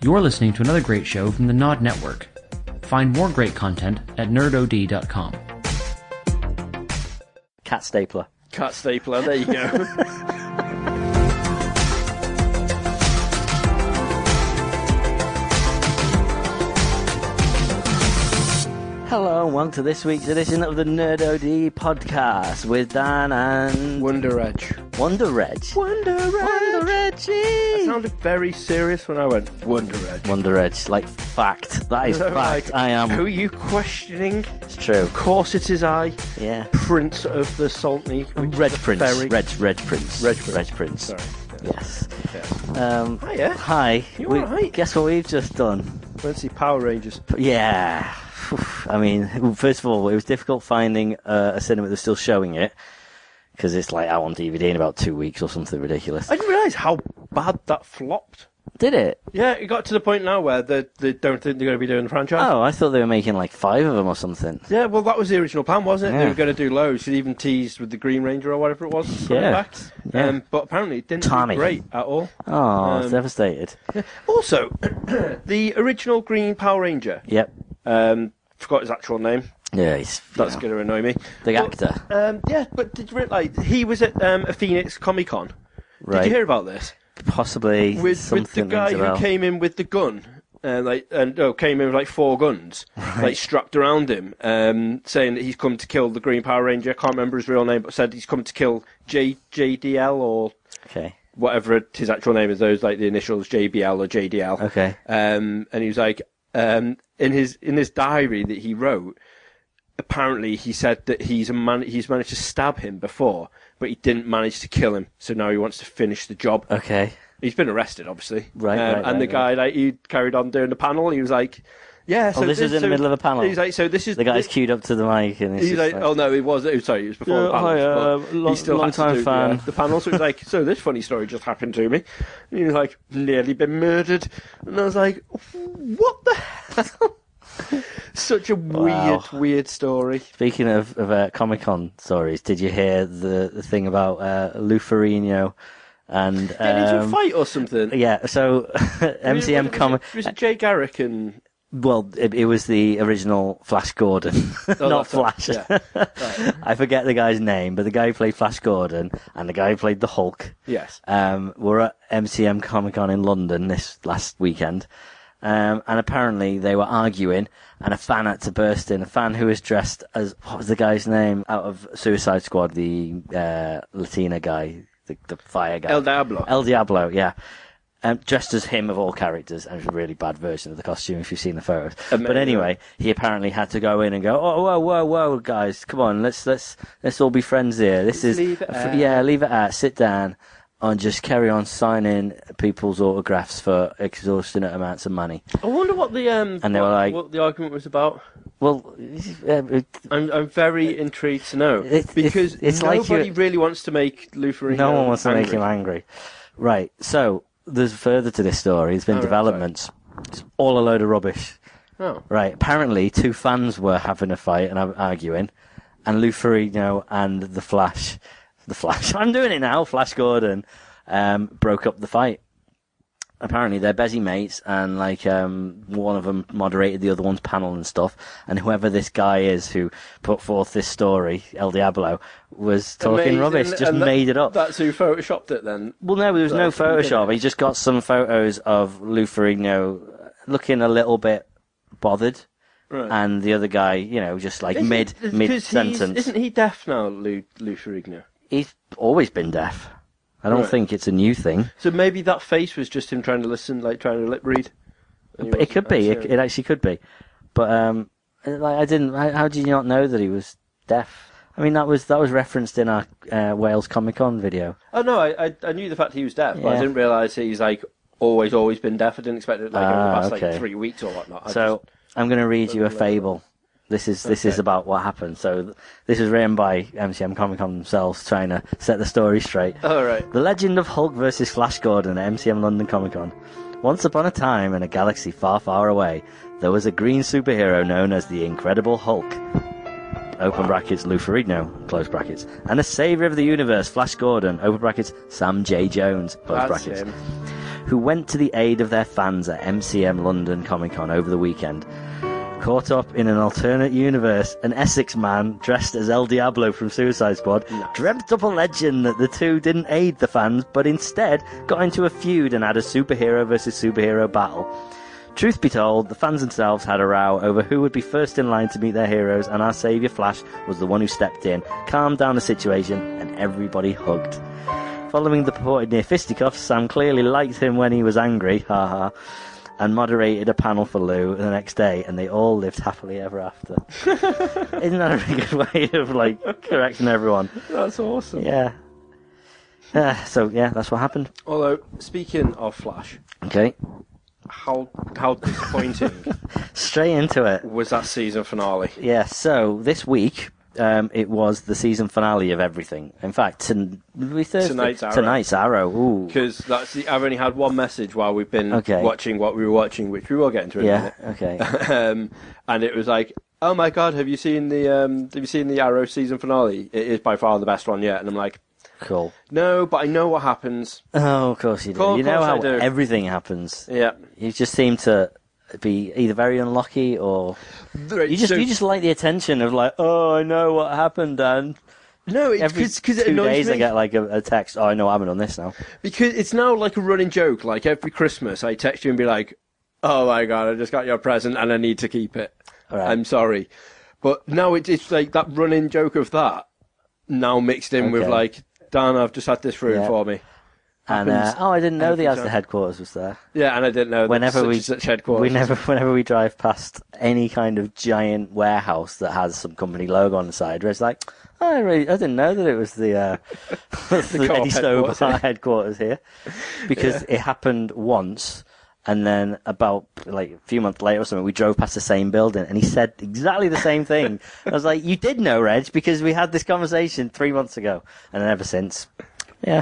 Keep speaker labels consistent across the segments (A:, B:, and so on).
A: You're listening to another great show from the Nod Network. Find more great content at nerdod.com.
B: Cat stapler.
C: Cat stapler, there you go.
B: Hello and welcome to this week's edition of the Nerd OD podcast with Dan and
C: Wonder Edge.
B: Wonder Reg.
C: Wonder Edge.
B: Wonder
C: That
B: Reggie.
C: sounded very serious when I went Wonder Edge.
B: Wonder Edge, like fact. That is
C: I'm
B: fact.
C: like,
B: I
C: Who
B: am.
C: are you questioning?
B: It's true.
C: Of course, it is I,
B: Yeah.
C: Prince of the Saltney. which
B: Red
C: is a
B: Prince.
C: Very...
B: Red Red Prince.
C: Reg Prince.
B: Reg Prince.
C: Sorry.
B: Yes.
C: Yeah.
B: Um,
C: Hiya.
B: Hi.
C: You
B: We-
C: alright?
B: Guess what we've just done?
C: Went to see Power Rangers.
B: Yeah. I mean, first of all, it was difficult finding uh, a cinema that was still showing it because it's like out on DVD in about two weeks or something ridiculous.
C: I didn't realise how bad that flopped.
B: Did it?
C: Yeah, it got to the point now where they, they don't think they're going to be doing the franchise.
B: Oh, I thought they were making like five of them or something.
C: Yeah, well, that was the original plan, wasn't it? They
B: Yeah.
C: were going to do loads. They even teased with the Green Ranger or whatever it was. coming
B: Yeah.
C: back.
B: Yeah.
C: Um, but apparently, it didn't do
B: Tommy.
C: great at all.
B: Oh, it's
C: Um,
B: devastated.
C: Also, the original Green Power Ranger.
B: Yep.
C: Um, forgot his actual name.
B: Yeah, he's you
C: That's
B: know,
C: going to annoy me.
B: The
C: But,
B: actor,
C: Um, yeah, but did you realise he was at um, a Phoenix Comic Con?
B: right?
C: Did you hear about this?
B: Possibly
C: With,
B: something
C: with the guy
B: rings a
C: who
B: bell.
C: came in with the gun. And like, and no, came in with like four guns, like strapped around him, um, saying that he's come to kill the Green Power Ranger. I can't remember his real name, but said he's come to kill J JDL or
B: Okay.
C: whatever it- his actual name is, those like the initials JBL or JDL.
B: Okay.
C: Um, and he was like, um, in his in his diary that he wrote, apparently he said that he's a man, he's managed to stab him before, but he didn't manage to kill him. So now he wants to finish the job.
B: Okay.
C: He's been arrested, obviously.
B: Uh,
C: Um,
B: Right, right,
C: and the
B: right,
C: guy like he carried on doing the panel. He was like, yeah. So
B: Oh, this is in the
C: so-
B: middle of a panel?
C: He's like, so this is
B: The guy's
C: this-
B: queued up to the mic and it's
C: He's
B: just
C: like,
B: like,
C: oh no, it was. It was sorry, it was before
B: Yeah,
C: the panel.
B: hi, uh,
C: but
B: long-
C: he still had to
B: long-time
C: do,
B: fan.
C: yeah, the panel. So it was like, so this funny story just happened to me. And he was like, nearly been murdered, and I was like, what the hell? Such a
B: Wow.
C: weird, weird story.
B: Speaking of, of uh, Comic Con stories, did you hear the, the thing about uh, Lou Ferrigno and
C: Getting into a
B: um,
C: fight or something.
B: yeah? So
C: Was it-
B: MCM
C: was it-
B: Comic.
C: Was it Jay Garrick and
B: Well, it, it was the original Flash Gordon, not
C: Oh, that's right,
B: Flash.
C: yeah.
B: I forget the guy's name, but the guy who played Flash Gordon and the guy who played the Hulk
C: yes?
B: um, were at MCM Comic Con in London this last weekend, um, and apparently they were arguing, and a fan had to burst in. A fan who was dressed as what was the guy's name out of Suicide Squad, the uh, Latina guy, the, the fire guy,
C: El Diablo.
B: El Diablo, yeah. Um, dressed as him of all characters, and it was a really bad version of the costume if you've seen the photos. But
C: Amazing.
B: anyway, he apparently had to go in and go, "Oh, whoa, whoa, whoa, guys, come on, let's let's let's all be friends here. This is
C: Leave it at-
B: yeah, leave it at, sit down, and just carry on signing people's autographs for extortionate amounts of money."
C: I wonder what the um
B: And they were
C: what-
B: like-
C: what the argument was about.
B: Well, uh,
C: I'm I'm very intrigued to know
B: It- it-
C: because
B: it's like
C: nobody
B: you-
C: really wants to make Luther.
B: no one wants to make him angry, right? So there's further to this story. There's been
C: Oh, right, sorry.
B: developments. It's all a load of rubbish.
C: Oh.
B: Right. Apparently, two fans were having a fight and ar- arguing, and Lou Ferrigno and the Flash, the Flash. I'm doing it now. Flash Gordon um, broke up the fight. Apparently, they're busy mates, and like um, one of them moderated the other one's panel and stuff. And whoever this guy is who put forth this story, El Diablo, was talking
C: Amazing,
B: rubbish, just
C: and that-
B: made it up.
C: That's who photoshopped it then.
B: Well, no, there was no
C: Like, you did
B: Photoshop.
C: it.
B: He just got some photos of Lou Ferrigno looking a little bit bothered,
C: Right.
B: and the other guy, you know, just like mid mid sentence.
C: Isn't he deaf now, Lou, Lou Ferrigno?
B: He's always been deaf. I don't
C: Right.
B: think it's a new thing.
C: So maybe that face was just him trying to listen, like trying to lip read. And he
B: But it
C: wasn't
B: could be. It,
C: actually-
B: it actually could be. But um, like I didn't. How, how did you not know that he was deaf? I mean, that was that was referenced in our uh, Wales Comic Con video.
C: oh no, I, I I knew the fact he was deaf, but I
B: Yeah.
C: didn't realise he's like always always been deaf. I didn't expect it like over the
B: Ah,
C: past
B: okay.
C: like three weeks or whatnot. I
B: so I'm going to read you a
C: don't know.
B: fable. This is this is
C: Okay.
B: about what happened. So th- this was written by MCM Comic Con themselves, trying to set the story straight.
C: just... all right.
B: The Legend of Hulk vs. Flash Gordon at MCM London Comic Con. Once upon a time, in a galaxy far, far away, there was a green superhero known as the Incredible Hulk. Open brackets, Lou Ferrigno, close brackets. And the savior of the universe, Flash Gordon, open brackets, Sam J. Jones, close
C: That's
B: brackets
C: him.
B: who went to the aid of their fans at MCM London Comic Con over the weekend. Caught up in an alternate universe, an Essex man dressed as El Diablo from Suicide Squad dreamt up a legend that the two didn't aid the fans, but instead got into a feud and had a superhero versus superhero battle. Truth be told, the fans themselves had a row over who would be first in line to meet their heroes, and our saviour Flash was the one who stepped in, calmed down the situation, and everybody hugged. Following the purported near fisticuffs, Sam clearly liked him when he was angry, haha, and moderated a panel for Lou the next day, and they all lived happily ever after. Isn't that a really good way of like correcting everyone?
C: That's awesome.
B: Yeah. Uh, so yeah, that's what happened.
C: Although speaking of Flash,
B: Okay,
C: how how disappointing
B: straight into it.
C: was that season finale?
B: Yeah, so this week um, it was the season finale of everything. In fact, ton- we Thursday-
C: Tonight's Arrow.
B: Tonight's Arrow. Ooh.
C: Because that's the, I've only had one message while we've been
B: Okay.
C: watching what we were watching, which we will get into in
B: Yeah.
C: a
B: Okay.
C: minute. Um, and it was like, oh my god, have you seen the um, have you seen the Arrow season finale? It is by far the best one yet. And I'm like,
B: Cool.
C: no, but I know what happens.
B: Oh, of course you do.
C: Cool,
B: you
C: of
B: know
C: course I
B: how
C: do.
B: everything happens.
C: Yeah,
B: You just seem to be either very unlucky or you just you just like the attention of like, oh, I know what happened, and
C: no, it's
B: every
C: because it
B: two
C: annoys
B: days
C: me.
B: I get like a, a text. Oh, I know I haven't done this now.
C: Because it's now like a running joke. Like every Christmas, I text you and be like, "Oh my god, I just got your present and I need to keep it.
B: All right.
C: I'm sorry." But now it's it's like that running joke of that now mixed in with
B: Okay.
C: like, "Dan, I've just had this through
B: Yeah.
C: for me."
B: And uh,
C: Happens
B: oh, I didn't know
C: every
B: the as
C: time.
B: the headquarters was there.
C: Yeah, and I didn't know that
B: whenever
C: such
B: we
C: and such headquarters.
B: we never whenever we drive past any kind of giant warehouse that has some company logo on the side, where it's like, oh, I, really, I didn't know that it was the, uh, the,
C: co-op
B: Eddie Stober
C: headquarters, yeah.
B: headquarters here, because it happened once. And then about like a few months later or something, we drove past the same building, and he said exactly the same thing. I was like, "You did know, Reg, because we had this conversation three months ago, and then ever since, yeah."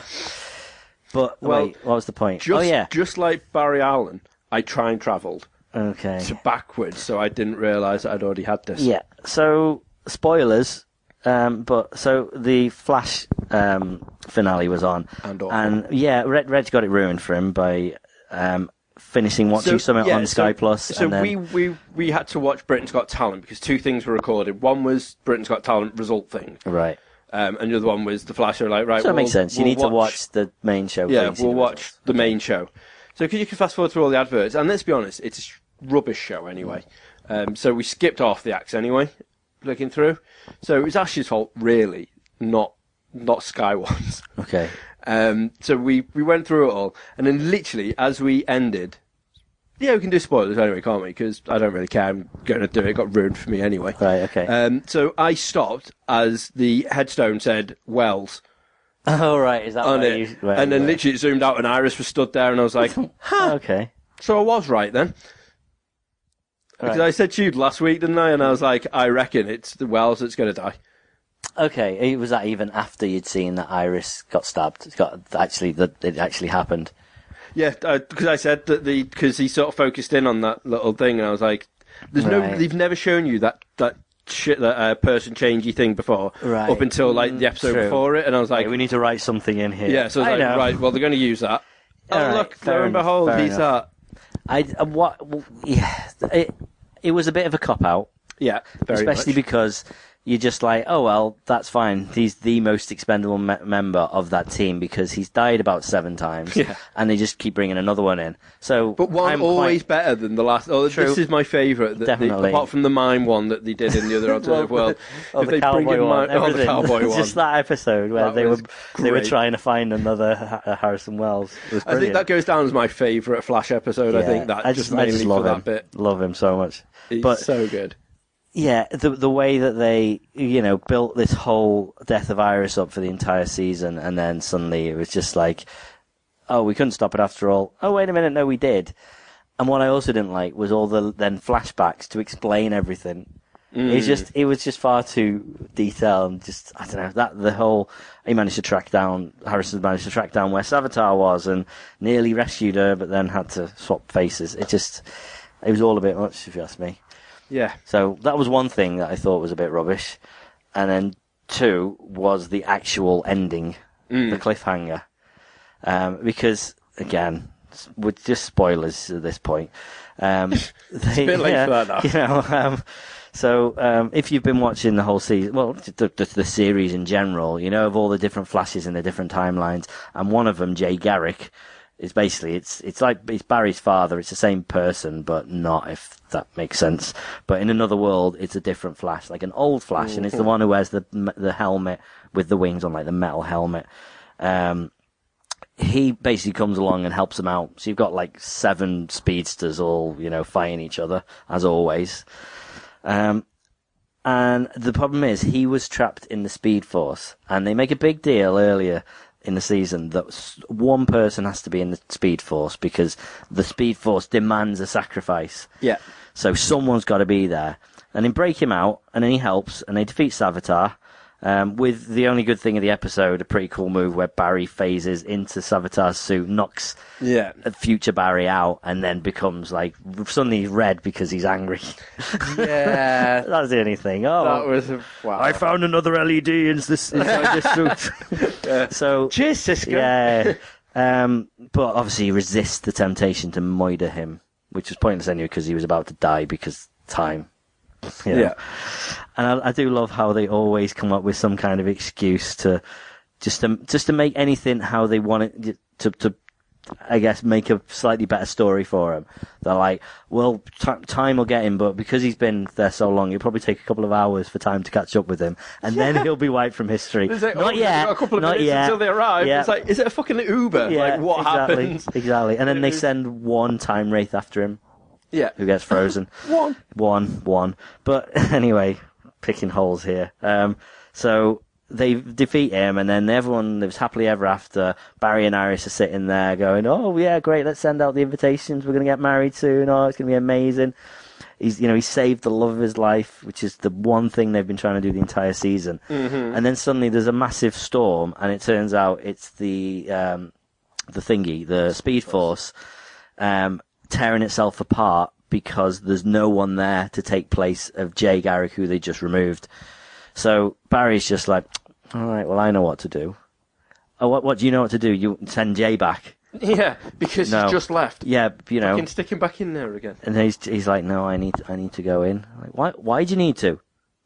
B: But
C: Well,
B: wait, what was the point?
C: Just,
B: oh yeah,
C: just like Barry Allen, I time travelled
B: okay.
C: to backwards, so I didn't realise that I'd already had this.
B: Yeah. So spoilers, um, but so the Flash um, finale was on,
C: And awful.
B: and yeah, Red Red's got it ruined for him by um, finishing watching something
C: yeah,
B: on Sky Plus.
C: So
B: and then,
C: we, we we had to watch Britain's Got Talent because two things were recorded. One was Britain's Got Talent result thing,
B: right.
C: um, and the other one was the flasher. Like right,
B: So
C: we'll-
B: it makes sense. You
C: we'll
B: need to watch the main show.
C: Yeah,
B: till you see
C: we'll
B: the
C: watch
B: results.
C: the main show. So because you can fast forward through all the adverts, and let's be honest, it's a sh- rubbish show anyway. Um, so we skipped off the acts anyway, looking through. So it was Ash's fault, really, not not Sky One's.
B: Okay.
C: Um, so we, we went through it all, and then literally as we ended, yeah, we can do spoilers anyway, can't we? Because I don't really care. I'm going to do it. It got ruined for me anyway.
B: Right. Okay.
C: Um, so I stopped as the headstone said Wells
B: oh, right. Is that
C: on
B: where
C: it,
B: you? where
C: and then
B: you were?
C: literally it zoomed out, and Iris was stood there, and I was like,
B: Okay.
C: so I was right then. Because I
B: Right.
C: said to you last week, didn't I? And I was like, I reckon it's the Wells that's going to die.
B: Okay. it- Was that even after you'd seen that Iris got stabbed? It's got actually that it actually happened.
C: Yeah, because I said that the because he sort of focused in on that little thing, and I was like, "There's no,
B: Right.
C: they've never shown you that that shit that uh, person changey thing before,
B: Right. Mm,
C: up until like the episode
B: true.
C: before it." And I was like,
B: Hey, we need to write something in here.
C: "Yeah," so I was
B: I
C: like,
B: know.
C: "Right, well, they're going to use that." Oh
B: Alright,
C: look,
B: fair
C: lo and
B: enough,
C: behold,
B: fair
C: he's
B: enough.
C: that.
B: I uh, what? w- Yeah, it it was a bit of a cop out,
C: Yeah, very
B: especially
C: much.
B: because you're just like, oh well, that's fine. He's the most expendable me- member of that team because he's died about seven times,
C: Yeah.
B: and they just keep bringing another one in. So,
C: But one
B: I'm
C: always
B: quite-
C: better than the last. Oh,
B: True.
C: this is my favourite. that they-
B: Definitely.
C: Apart from the mime one that they did in the other alternative
B: Well,
C: world.
B: oh,
C: if
B: the
C: they bring
B: cowboy
C: in
B: one,
C: mime, oh, the
B: everything.
C: cowboy one.
B: just that episode where
C: That
B: they were
C: was
B: they were
C: great.
B: trying to find another Ha- Harrison Wells. It was
C: I think
B: brilliant.
C: that goes down as my favourite Flash episode. I
B: Yeah,
C: think that
B: I
C: just
B: I
C: mainly
B: love
C: for that
B: him.
C: bit.
B: Love him so much.
C: It's
B: but
C: so good.
B: Yeah, the the way that they you know built this whole death of Iris up for the entire season, and then suddenly it was just like, oh, we couldn't stop it after all. Oh, wait a minute, no, we did. And what I also didn't like was all the then flashbacks to explain everything. It's just it was just far too detailed. And just I don't know that the whole he managed to track down Harrison managed to track down where Savitar was and nearly rescued her, but then had to swap faces. It just it was all a bit much, if you ask me.
C: Yeah.
B: So that was one thing that I thought was a bit rubbish. And then two was the actual ending, the cliffhanger. Um, because, again, we're just spoilers at this point. Um, they-
C: bit late
B: yeah,
C: for that now.
B: You know, um, so um, if you've been watching the whole season, well, the, the, the series in general, you know of all the different flashes in the different timelines, and one of them, Jay Garrick, is basically it's it's like it's Barry's father. It's the same person, but not if that makes sense. But in another world, it's a different Flash, like an old Flash, and
C: Mm-hmm.
B: it's the one who wears the the helmet with the wings on, like the metal helmet. Um, he basically comes along and helps them out. So you've got like seven speedsters all, you know, fighting each other as always. Um, and the problem is he was trapped in the Speed Force, and they make a big deal earlier in the season that s- one person has to be in the Speed Force because the Speed Force demands a sacrifice.
C: Yeah.
B: So someone's got to be there. And they break him out, and then he helps, and they defeat Savitar. Um, with the only good thing of the episode, a pretty cool move where Barry phases into Savitar's suit, knocks
C: Yeah.
B: a future Barry out, and then becomes like suddenly he's red because he's angry.
C: Yeah.
B: That's the only thing. Oh,
C: that was a, wow.
B: I found another LED in this inside this suit. so
C: Cheers, Cisco.
B: yeah, um, but obviously he resists the temptation to moider him, which was pointless anyway because he was about to die because time. You know.
C: Yeah.
B: and I, I do love how they always come up with some kind of excuse to just to just to make anything how they want it to to. I guess make a slightly better story for him. They're like, well, t- time will get him, but because he's been there so long, it'll probably take a couple of hours for time to catch up with him, and then he'll be wiped from history.
C: It's like,
B: not
C: oh,
B: yet.
C: We've got a couple of
B: not
C: minutes
B: yet.
C: until they arrive.
B: Yeah.
C: It's like, is it a fucking Uber? like, what
B: exactly,
C: happens?
B: Exactly. And then they send one time wraith after him,
C: Yeah.
B: who gets frozen.
C: One.
B: one, one. But anyway, picking holes here. Um, so they defeat him, and then everyone lives happily ever after. Barry and Iris are sitting there going, "Oh yeah, great. Let's send out the invitations. We're gonna get married soon. Oh, it's gonna be amazing." He's, you know, he saved the love of his life, which is the one thing they've been trying to do the entire season. And then suddenly there's a massive storm, and it turns out it's the um, the thingy, the Speed Force, um, tearing itself apart because there's no one there to take place of Jay Garrick, who they just removed. So Barry's just like, all right, well, I know what to do. Oh, what, what do you know what to do? You send Jay back.
C: Yeah, because
B: No.
C: he's just left.
B: Yeah, you know.
C: Can stick him back in there again.
B: And he's he's like, no, I need I need to go in. I'm Like, why why do you need to?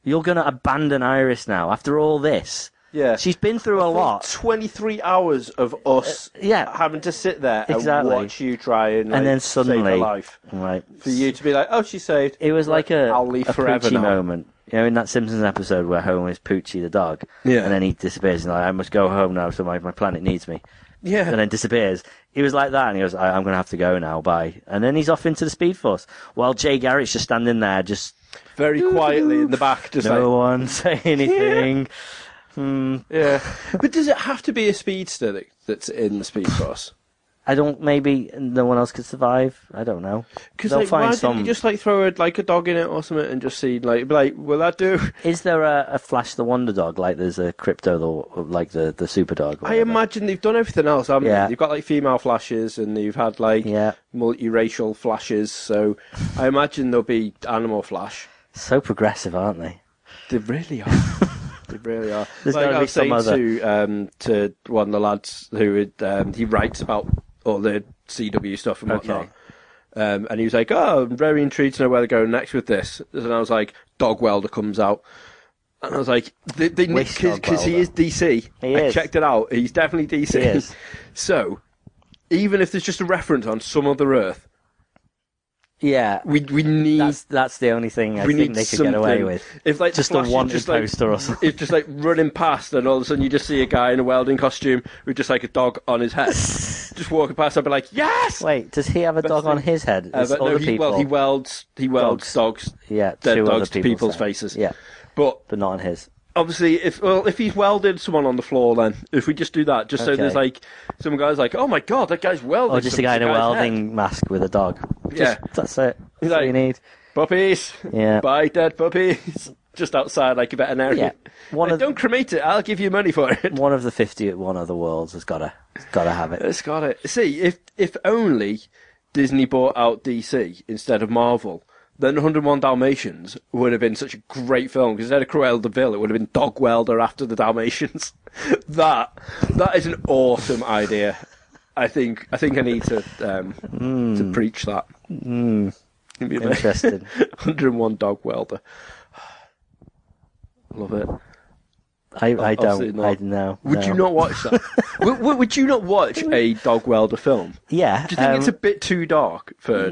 B: You're gonna abandon Iris now after all this.
C: Yeah.
B: she's been through a lot.
C: 23 hours of us
B: Uh, yeah.
C: having to sit there
B: Exactly.
C: and watch you try and, like,
B: And then
C: save her
B: suddenly,
C: life.
B: right?
C: For you to be like, oh, she's saved.
B: It was like a,
C: I'll leave
B: a
C: forever
B: Poochie
C: now.
B: moment. You know, in that Simpsons episode where Homer is Poochie the dog.
C: Yeah.
B: And then he disappears and like, I must go home now so my, my planet needs me.
C: Yeah.
B: And then disappears. He was like that and he goes, I, I'm going to have to go now, bye. And then he's off into the Speed Force. While Jay Garrick's just standing there, just
C: Very quietly in the back, just
B: no
C: like,
B: one say anything. Hmm.
C: yeah. but does it have to be a speedster that, that's in the speed force?
B: I don't, maybe no one else could survive. I don't know.
C: Because
B: They'll
C: like, why
B: find
C: didn't
B: some.
C: you just like throw a, like a dog in it or something and just see like be like will that do?
B: Is there a, a Flash the Wonder Dog like there's a Crypto, the, like the, the Super Dog? or
C: I
B: whatever?
C: imagine they've done everything else. Haven't
B: Yeah.
C: they? You've got like female flashes and you've had like
B: Yeah.
C: multiracial flashes. So I imagine there'll be animal flash.
B: So progressive, aren't they?
C: They really are. they really are.
B: There's
C: like
B: gotta
C: I
B: be
C: was
B: some
C: saying
B: other-
C: to um, to one of the lads who had, um, he writes about all the CW stuff and
B: Okay.
C: whatnot. Um, and he was like, "Oh, I'm very intrigued to know where they're going next with this." And I was like, "Dog Welder comes out," and I was like, "They
B: Which Dog
C: because he
B: Welder?
C: is DC.
B: He
C: I
B: is.
C: checked it out. He's definitely DC.
B: He is.
C: so even if there's just a reference on some other Earth,
B: Yeah.
C: we we need
B: That's that's the only thing I
C: we
B: think
C: need
B: they could get away
C: something.
B: with.
C: If like
B: Just a
C: the Flash is
B: wanted
C: just, like,
B: poster or something.
C: It's just like running past, and all of a sudden you just see a guy in a welding costume with just like a dog on his head, just walking past. I'd be like, yes.
B: Wait, does he have a dog on
C: thing-
B: his head?
C: Uh,
B: It's
C: but no,
B: other
C: he,
B: people.
C: well, he welds he welds dogs,
B: yeah,
C: dead
B: two
C: dogs
B: other
C: to people's
B: then.
C: faces.
B: Yeah,
C: But
B: but not on his.
C: obviously, if well, if he's welded someone on the floor, then if we just do that, just so
B: Okay.
C: there's like some guys like, oh my god, that guy's welding.
B: Or just a
C: some-
B: guy in a
C: guy's head."
B: welding mask with a dog.
C: Yeah.
B: Just- that's it. That's
C: like-
B: all you need.
C: Puppies.
B: Yeah.
C: Buy dead puppies. Just outside, like a veterinarian.
B: Yeah. One
C: Like,
B: of-
C: don't cremate it. I'll give you money for it.
B: One of the fifty at one of the worlds has gotta has gotta have it.
C: It's got it. See, if if only Disney bought out DC instead of Marvel, then 101 Dalmatians would have been such a great film. Because instead of Cruella de Vil, it would have been Dog Welder after the Dalmatians. that that is an awesome idea. I think I think I need to um, to preach that. It'd be amazing.
B: Interesting.
C: 101 dog welder. Love it.
B: I, I
C: Absolutely
B: don't.
C: not.
B: I know.
C: Would you not watch that? would, would- would you not watch a dog welder film?
B: Yeah.
C: Do you think it's a
B: um,
C: bit too dark for it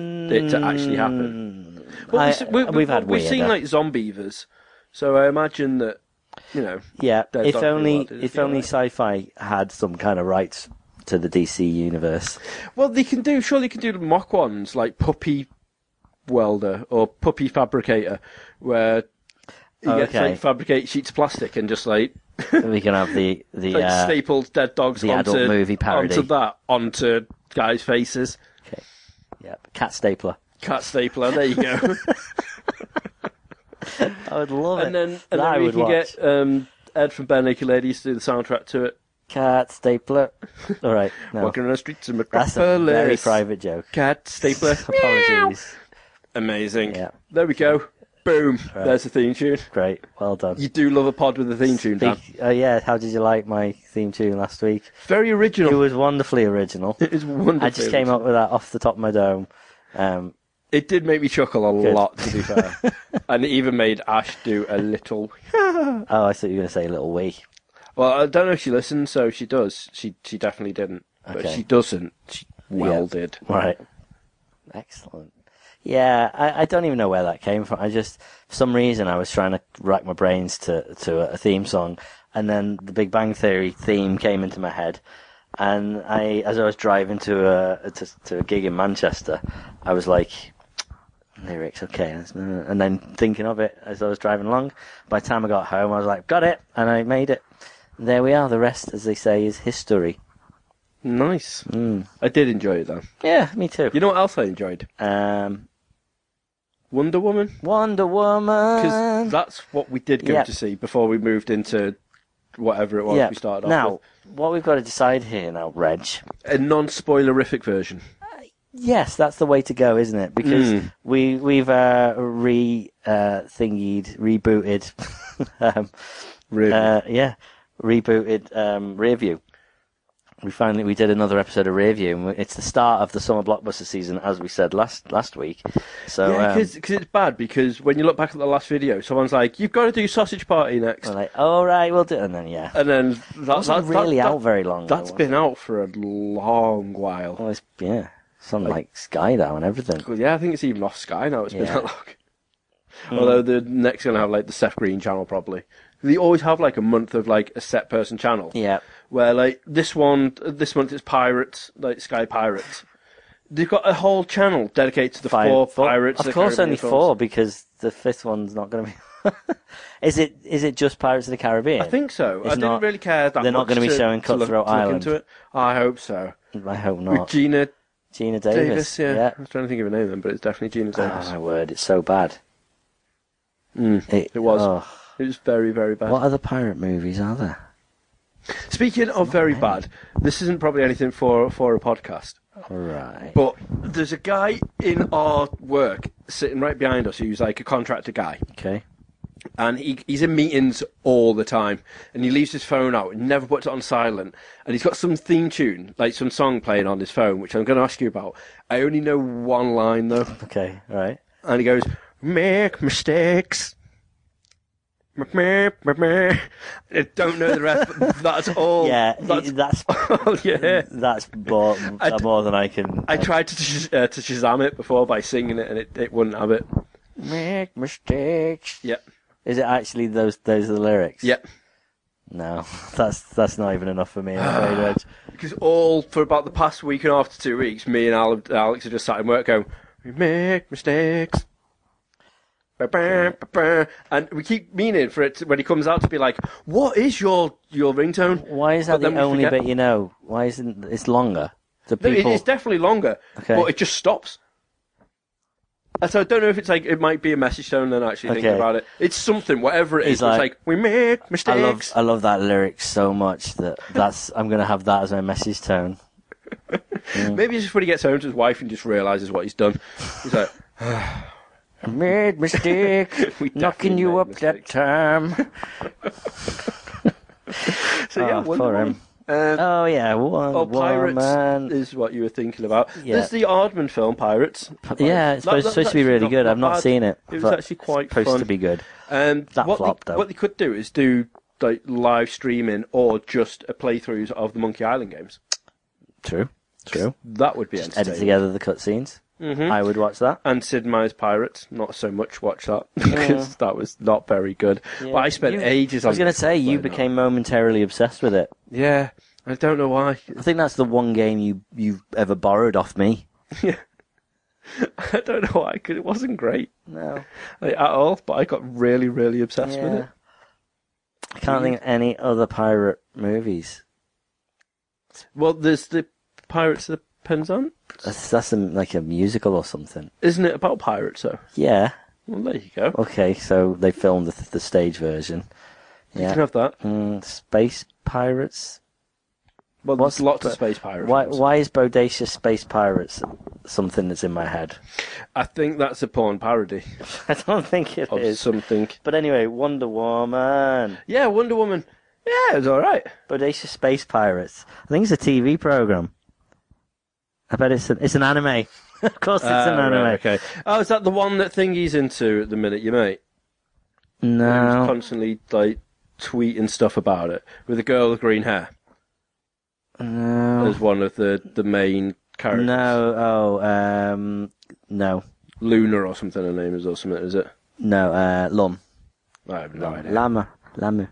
C: to actually happen?
B: Mm,
C: Well,
B: I-
C: we've, s- we-
B: we've
C: we've,
B: had
C: we've
B: weirder.
C: seen like zombievers, so I imagine that you know.
B: Yeah.
C: Dead
B: If
C: Doctor
B: only
C: Wilder,
B: if
C: yeah.
B: only sci-fi had some kind of rights to the DC universe.
C: Well, they can do. Surely, they can do the mock ones like puppy welder or puppy fabricator, where you get
B: Okay.
C: fa- fabricate sheets of plastic and just like,
B: we can have the the
C: like
B: uh,
C: staple dead dogs
B: the
C: onto
B: adult movie parody.
C: onto that onto guys' faces.
B: yeah, cat stapler.
C: Cat stapler. There you go.
B: I would love
C: and
B: it.
C: then
B: That
C: and
B: I
C: then we
B: would
C: can
B: watch.
C: get um, Ed from Bare Naked Ladies to do the soundtrack to it.
B: cat stapler. All right. No.
C: Walking on the streets of
B: That's
C: Metropolis.
B: a very private joke.
C: Cat stapler.
B: Apologies.
C: Amazing.
B: Yeah.
C: There we go. Boom. There's the theme tune.
B: Great. Well done.
C: You do love a pod with a theme tune, Dan.
B: Speak- uh, yeah, how did you like my theme tune last week?
C: Very original.
B: It was wonderfully original.
C: It is wonderful.
B: I just came up with that off the top of my dome. Um,
C: It did make me chuckle a
B: Good.
C: lot, to be fair, and it even made Ash do a little.
B: oh, I thought you were going to say Little Wee.
C: Well, I don't know if she listened, so if she does. She she definitely didn't, but
B: Okay.
C: she doesn't. She well did.
B: Right. Excellent. Yeah, I, I don't even know where that came from. I just, for some reason, I was trying to rack my brains to, to a theme song, and then the Big Bang Theory theme came into my head. And I, as I was driving to a to, to a gig in Manchester, I was like, lyrics, okay, let's- and then thinking of it as I was driving along. By the time I got home, I was like, got it, and I made it. There we are. The rest, as they say, is history.
C: Nice.
B: Hmm.
C: I did enjoy it though.
B: Yeah, me too.
C: You know what else I enjoyed?
B: Um,
C: Wonder Woman,
B: Wonder Woman.
C: because that's what we did go
B: Yeah.
C: to see before we moved into whatever it was we started off
B: now, what we've got to decide here now, Reg.
C: with. A non-spoilerific version.
B: Yes, that's the way to go, isn't it? Because
C: Mm.
B: we we've uh, re uh, thingied, rebooted, um,
C: Really.
B: uh, yeah, rebooted um, Rearview. We finally we did another episode of Rearview, and we- it's the start of the summer blockbuster season, as we said last last week. So
C: yeah,
B: um,
C: because it's bad. Because when you look back at the last video, someone's like, "You've got to do Sausage Party next,"
B: we're like, all right, we'll do, it. and then yeah,
C: and then that,
B: wasn't
C: that- that-
B: really
C: that-
B: out very long. though,
C: That's
B: was
C: been out for a long while.
B: Well, it's, yeah, it's on like, Sky now and everything.
C: Well, yeah, I think it's even off Sky now. It's been
B: Yeah.
C: that long. Although the next gonna have like the Seth Green channel probably. They always have like a month of like a set person channel.
B: Yeah,
C: Where like this one, this month it's pirates, like Sky Pirates. They've got a whole channel dedicated to the
B: Fi-
C: four,
B: four-
C: pirates.
B: Of
C: that
B: course,
C: Caribbean
B: only
C: films.
B: four because the fifth one's not going to be. is it? Is it just Pirates of the Caribbean?
C: I think so.
B: It's
C: I didn't
B: not-
C: really care that
B: they're not
C: much
B: gonna be
C: to-
B: showing
C: to look-
B: Cutthroat
C: to look
B: Island.
C: into it. I hope so.
B: I hope
C: With
B: not.
C: Gina
B: Gina
C: Davis,
B: Davis.
C: yeah. I was trying to think of her name then, but it's definitely Gina Davis.
B: Oh my word! It's so bad.
C: Mm,
B: It,
C: it was.
B: oh.
C: It was very, very bad.
B: What other pirate movies are there?
C: Speaking of very bad, this isn't probably anything for for a podcast,
B: All right.
C: but there's a guy in our work sitting right behind us who's like a contractor guy,
B: Okay.
C: and he, he's in meetings all the time, and he leaves his phone out, and never puts it on silent, and he's got some theme tune, like some song playing on his phone, which I'm going to ask you about. I only know one line though,
B: Okay. All right.
C: and he goes, "Make mistakes." Meh, meh, meh, meh. I don't know the rest, but that's all.
B: Yeah.
C: that's
B: That's that's,
C: all you hear.
B: that's more,
C: I d-
B: more than I can.
C: I tried to sh- uh, to Shazam it before by singing it, and it, it wouldn't have it.
B: make mistakes.
C: Yep,
B: Is it actually those? Those are the lyrics.
C: yep.
B: No, that's that's not even enough for me. I'm afraid, Reg.
C: Because all for about the past week and a half to two weeks, me and Al- Alex are just sat in work going, "We make mistakes." Ba-ba, ba-ba. And we keep meaning for it to, when he comes out to be like, "What is your your ringtone?"
B: Why is that
C: But
B: the
C: then we
B: only
C: forget-
B: bit you know? Why isn't it's longer? The
C: No, it-
B: people.
C: It's definitely longer,
B: Okay.
C: but it just stops. And So I don't know if it's like it might be a message tone. Then actually thinking
B: Okay.
C: about it, it's something. Whatever it is,
B: He's
C: it's like,
B: like,
C: we make mistakes.
B: I love I love that lyric so much that that's I'm gonna have that as my message tone. um,
C: Maybe it's just when he gets home to his wife and just realizes what he's done. He's like,
B: I made mistake
C: We
B: knocking
C: definitely
B: you
C: made
B: up that
C: mistakes.
B: time.
C: so yeah,
B: Oh,
C: Wonder
B: for
C: Woman.
B: him.
C: Um,
B: Oh yeah, one,
C: oh,
B: one
C: Pirates
B: man.
C: is what you were thinking about.
B: Yeah.
C: There's the Aardman film, Pirates.
B: Yeah, it's
C: That-
B: supposed, supposed
C: that's
B: to be
C: actually
B: really good. I've not
C: bad.
B: seen it.
C: It was
B: but
C: actually quite
B: it's supposed
C: fun.
B: to be good.
C: Um,
B: That
C: what
B: flopped,
C: they,
B: though.
C: What they could do is do like live streaming or just a playthroughs of the Monkey Island games.
B: True, true.
C: That would be
B: Edit
C: entertaining.
B: together the cutscenes.
C: Mm-hmm.
B: I would watch that.
C: And Sid Meier's Pirates, not so much watch that because that was not very good. But I spent
B: You-
C: ages.
B: I
C: on
B: was going to say you
C: Why not?
B: became momentarily obsessed with it.
C: Yeah, I don't know why.
B: I think that's the one game you you've ever borrowed off me.
C: I don't know why because it wasn't great
B: No,
C: like, at all. But I got really, really obsessed with
B: yeah.
C: it.
B: I can't think of
C: Mm-hmm.
B: any other pirate movies.
C: Well, there's the Pirates of the Penzance.
B: That's, that's a, like a musical or something.
C: Isn't it about pirates though?
B: Yeah.
C: Well, there you go.
B: Okay, so they filmed the, the stage version.
C: You
B: Yeah.
C: can have that.
B: Mm, space pirates.
C: Well,
B: What's-
C: there's lots of space pirates.
B: Why why is bodacious space pirates something that's in my head?
C: I think that's a porn parody
B: I don't think it is.
C: of something.
B: But anyway, Wonder Woman,
C: Yeah, Wonder Woman. Yeah, it was all right.
B: bodacious space pirates. I think it's a TV program. I bet it's an, it's an anime. of course, it's an
C: Ah,
B: anime.
C: right, okay. Oh, is that the one that Thingy's into at the minute, you mate? Who's
B: No,
C: constantly like tweeting stuff about it with a girl with green hair
B: no,
C: as one of the the main characters.
B: no. Oh, um, no,
C: Luna or something. Her name is or something. Is it?
B: no. Uh, Lum.
C: I have
B: Oh,
C: no idea.
B: Lama. Lamu.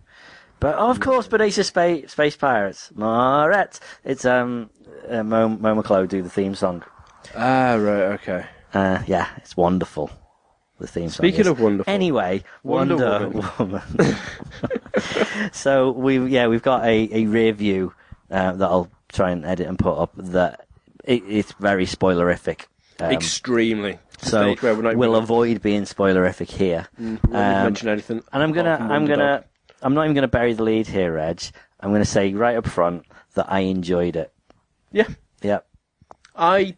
B: But of course, Bodacious Space, Space Pirates. Moret. It's um, uh, Mo- Momoclo do the theme song.
C: Ah, right. Okay.
B: Uh, yeah, it's wonderful. The theme song.
C: Speaking
B: is.
C: of wonderful.
B: Anyway, Wonder,
C: Wonder
B: Woman. so we yeah we've got a a rear view uh, that I'll try and edit and put up that it, it's very spoilerific. Um,
C: Extremely.
B: so
C: Stage where we're not
B: we'll
C: even-
B: avoid being spoilerific here.
C: we won't even
B: um,
C: mention anything.
B: And I'm gonna,
C: apart from
B: I'm
C: Wonder
B: gonna,
C: Dog.
B: I'm not even gonna bury the lead here, Reg. I'm gonna say right up front that I enjoyed it.
C: Yeah,
B: Yep.
C: I,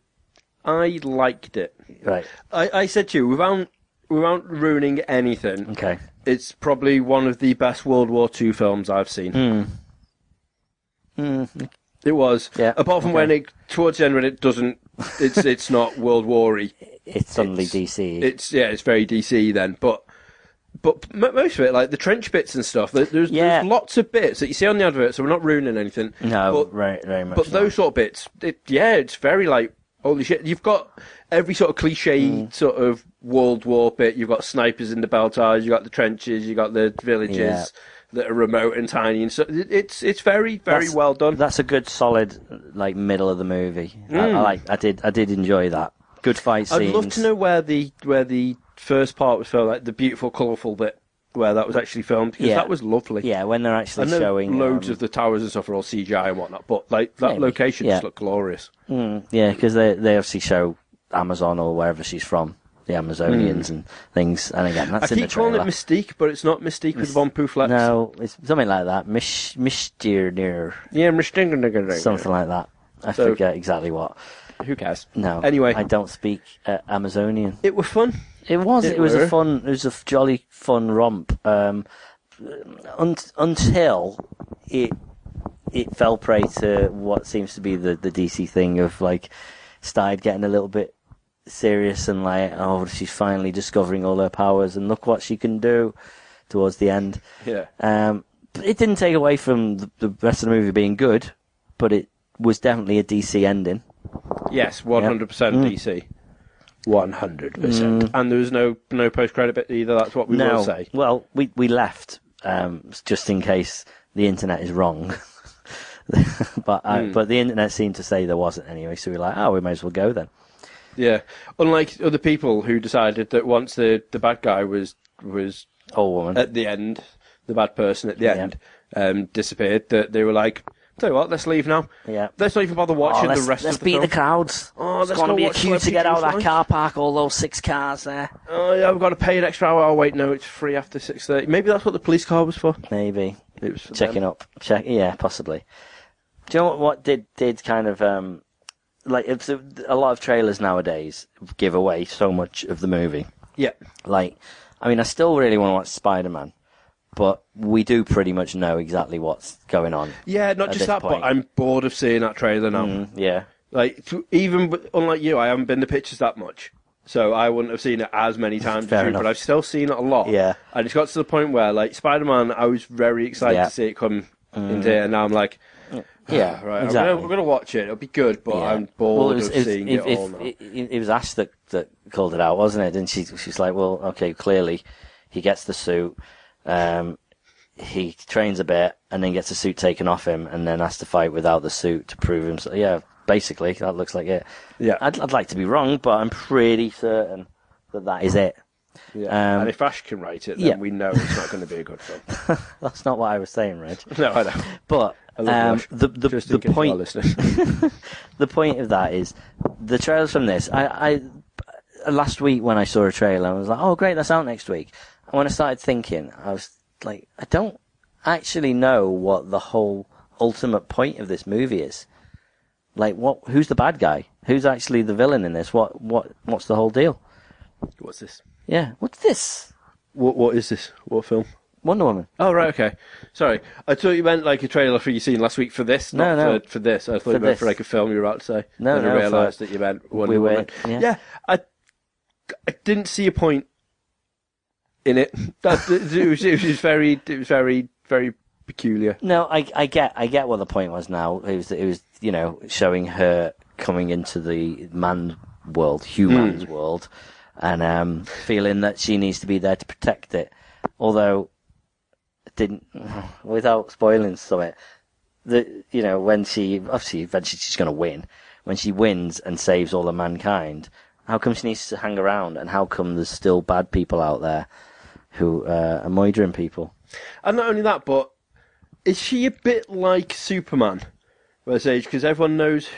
C: I liked it.
B: Right.
C: I, I said to you, without without ruining anything,
B: Okay.
C: it's probably one of the best World War II films I've seen.
B: Hmm.
C: It was.
B: Yeah,
C: Apart from when it towards the end when it doesn't, it's it's not World War-y.
B: It's suddenly
C: It's-
B: DC.
C: It's yeah, it's very DC then, but. But m- most of it, like the trench bits and stuff, there- there's,
B: Yeah.
C: there's lots of bits that you see on the advert, so we're not ruining anything.
B: no,
C: but
B: right, very much.
C: But
B: not.
C: those sort of bits, it, yeah, it's very like holy shit. You've got every sort of cliche
B: Hmm.
C: sort of World War bit. You've got snipers in the bell towers. You've got the trenches. You've got the villages
B: Yeah.
C: that are remote and tiny. And so it- it's it's very very
B: That's-
C: well done.
B: That's a good, solid, like middle of the movie. I, I like. I did. I did enjoy that. Good fight
C: Mm. I'd
B: scenes.
C: love to know where the where the first part was filmed, like the beautiful, colourful bit where that was actually filmed because
B: Yeah.
C: that was lovely.
B: Yeah, when they're
C: I
B: actually
C: know
B: showing
C: loads
B: um,
C: of the towers and stuff are all CGI and whatnot, but like that
B: Maybe.
C: location
B: Yeah.
C: just looked glorious.
B: Mm, yeah, because they they obviously show Amazon or wherever she's from, the Amazonians and things. And again, that's
C: Mm. I
B: in the
C: keep calling it
B: trailer.
C: Mystique, but it's not Mystique with Von Pooflex.
B: no, it's something like that. Mish Mishdirnir,
C: Yeah, Mystique.
B: something like that. I
C: So-
B: forget exactly what.
C: Who cares?
B: No.
C: Anyway,
B: I don't speak uh, Amazonian.
C: it was fun.
B: It was. It,
C: It
B: was a
C: were.
B: fun. It was a f- jolly fun romp. Um, un- until it it fell prey to what seems to be the, the DC thing of like started getting a little bit serious and like oh she's finally discovering all her powers and look what she can do towards the end.
C: Yeah.
B: Um, but it didn't take away from the, the rest of the movie being good, but it was definitely a DC ending.
C: Yes, one hundred percent
B: Mm.
C: DC. One hundred percent. And there was no no post credit bit either. That's what we will say.
B: Well, we we left um, just in case the internet is wrong. but I,
C: Hmm.
B: but the internet seemed to say there wasn't anyway, so we were like, oh, we may as well go then.
C: Yeah. Unlike other people who decided that once the the bad guy was was
B: Old woman.
C: at the end, the bad person at the end um, disappeared, that they were like, "Tell you what, let's leave now.
B: Yeah.
C: Let's not even bother
B: Oh,
C: watching
B: let's
C: the rest
B: let's
C: of the
B: beat
C: film.
B: the crowds.
C: Oh,
B: it's
C: let's
B: going to
C: go
B: be a
C: watch
B: queue to
C: Celebrity
B: get out of that
C: Juice
B: car park. All those six cars there.
C: oh yeah, I've got to pay an extra hour. Oh wait, no, it's free after six thirty. Maybe that's what the police car was for.
B: Maybe
C: It was for them.
B: checking up. Check. Yeah, possibly. Do you know what, what did did kind of um like it's a, a lot of trailers nowadays give away so much of the movie.
C: Yeah.
B: Like, I mean, I still really want to watch Spider Man, but we do pretty much know exactly what's going on.
C: Yeah, not
B: At
C: just
B: this
C: that,
B: point.
C: but I'm bored of seeing that trailer now.
B: Mm, yeah.
C: Like t- even b- unlike you, I haven't been to pictures that much, so I wouldn't have seen it as many times. as
B: Fair
C: you,
B: enough.
C: But I've still seen it a lot.
B: Yeah.
C: and it's got to the point where like Spider Man, I was very excited
B: Yeah.
C: to see it come into it, and now I'm like,
B: Yeah,
C: right,
B: exactly.
C: I'm, gonna, I'm gonna watch it. It'll be good, but
B: Yeah.
C: I'm bored
B: Well, it was-
C: of
B: it was-
C: seeing
B: it,
C: it, all now.
B: it, it- it was Ash that, that called it out, wasn't it? And she she's like, well, okay, clearly he gets the suit, um, he trains a bit, and then gets the suit taken off him, and then has to fight without the suit to prove himself. Yeah, basically, that looks like it.
C: Yeah.
B: I'd, I'd like to be wrong, but I'm pretty certain that that is it.
C: yeah.
B: um,
C: and if Ash can write it, then
B: yeah.
C: we know it's not going to be a good film.
B: That's not what I was saying, Reg.
C: no, I know.
B: But
C: I love
B: um,
C: Ash.
B: the the,
C: just
B: the
C: in case you are
B: point
C: listening.
B: the point of that is the trailers from this. I, I last week when I saw a trailer, I was like, "Oh, great, that's out next week." And when I started thinking, I was like, "I don't actually know what the whole ultimate point of this movie is. Like, what? Who's the bad guy? Who's actually the villain in this? What? What? What's the whole deal?
C: What's this?
B: Yeah, what's this?
C: What what is this? What film?
B: Wonder Woman?
C: Oh right, okay. Sorry, I thought you meant like a trailer for you seen last week for this.
B: No,
C: Not
B: no.
C: For, for this, I thought you meant
B: this.
C: for like a film you were about to say.
B: No,
C: then
B: no,
C: I
B: for-
C: realised that you meant Wonder
B: We were-
C: Woman.
B: yeah.
C: I, I didn't see a point in it. That it was, it was very, it was very, very peculiar.
B: No, I, I get I get what the point was now. It was it was you know showing her coming into the man world, human's
C: Hmm.
B: world, and um, feeling that she needs to be there to protect it. Although, it didn't without spoiling something, the you know when she obviously eventually she's going to win. When she wins and saves all of mankind, how come she needs to hang around? And how come there's still bad people out there who uh, are murdering people?
C: And not only that, but is she a bit like Superman? By this age, because everyone knows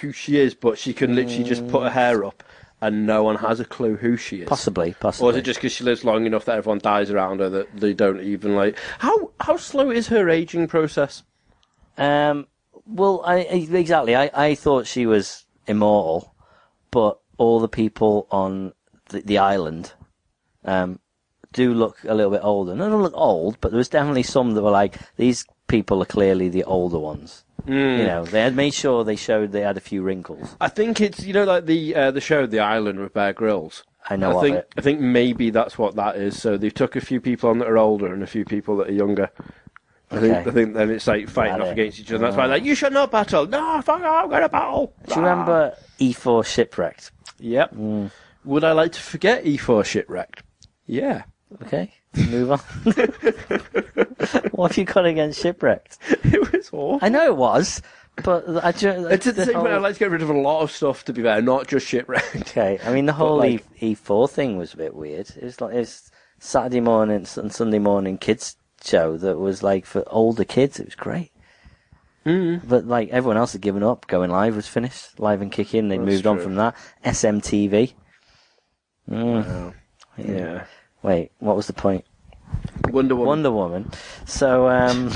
C: who she is, but she can literally just put her hair up, and no one has a clue who she is.
B: Possibly, possibly.
C: Or is it just because she lives long enough that everyone dies around her that they don't even like? How how slow is her aging process?
B: Um, well, I, I- exactly. I, I thought she was immortal, but all the people on the, the island um, do look a little bit older. Not all look old, but there was definitely some that were like, these people are clearly the older ones.
C: Mm.
B: You know, they had made sure they showed they had a few wrinkles.
C: I think it's you know like the uh, the show The Island with Bear Grylls.
B: I know
C: I
B: of
C: think
B: it.
C: I think maybe that's what that is. So they took a few people on that are older and a few people that are younger. I think
B: Okay.
C: I think then it's like fighting
B: Got
C: off
B: it.
C: against each other. That's why like you should not battle. No, fuck, off, I'm gonna battle.
B: Do you remember Mm. E4 Shipwrecked?
C: Yep. Would I like to forget E E4 shipwrecked? Yeah.
B: Okay, move on. what have you got against Shipwrecked?
C: it was awful.
B: I know it was, but I ju-
C: It's at the same
B: whole-
C: point. I like to get rid of a lot of stuff. To be fair, not just shipwrecked.
B: Okay, I mean the whole
C: like-
B: E E4 thing was a bit weird. It was like it was Saturday morning and Sun- Sunday morning kids show that was like for older kids. It was great,
C: Hmm.
B: mm. but like everyone else had given up. Going live was finished. Live and kicking. They would
C: That's
B: moved on
C: true.
B: from that. SMTV.
C: yeah.
B: Mm. Wait, what was the point?
C: Wonder Woman.
B: Wonder Woman. So um,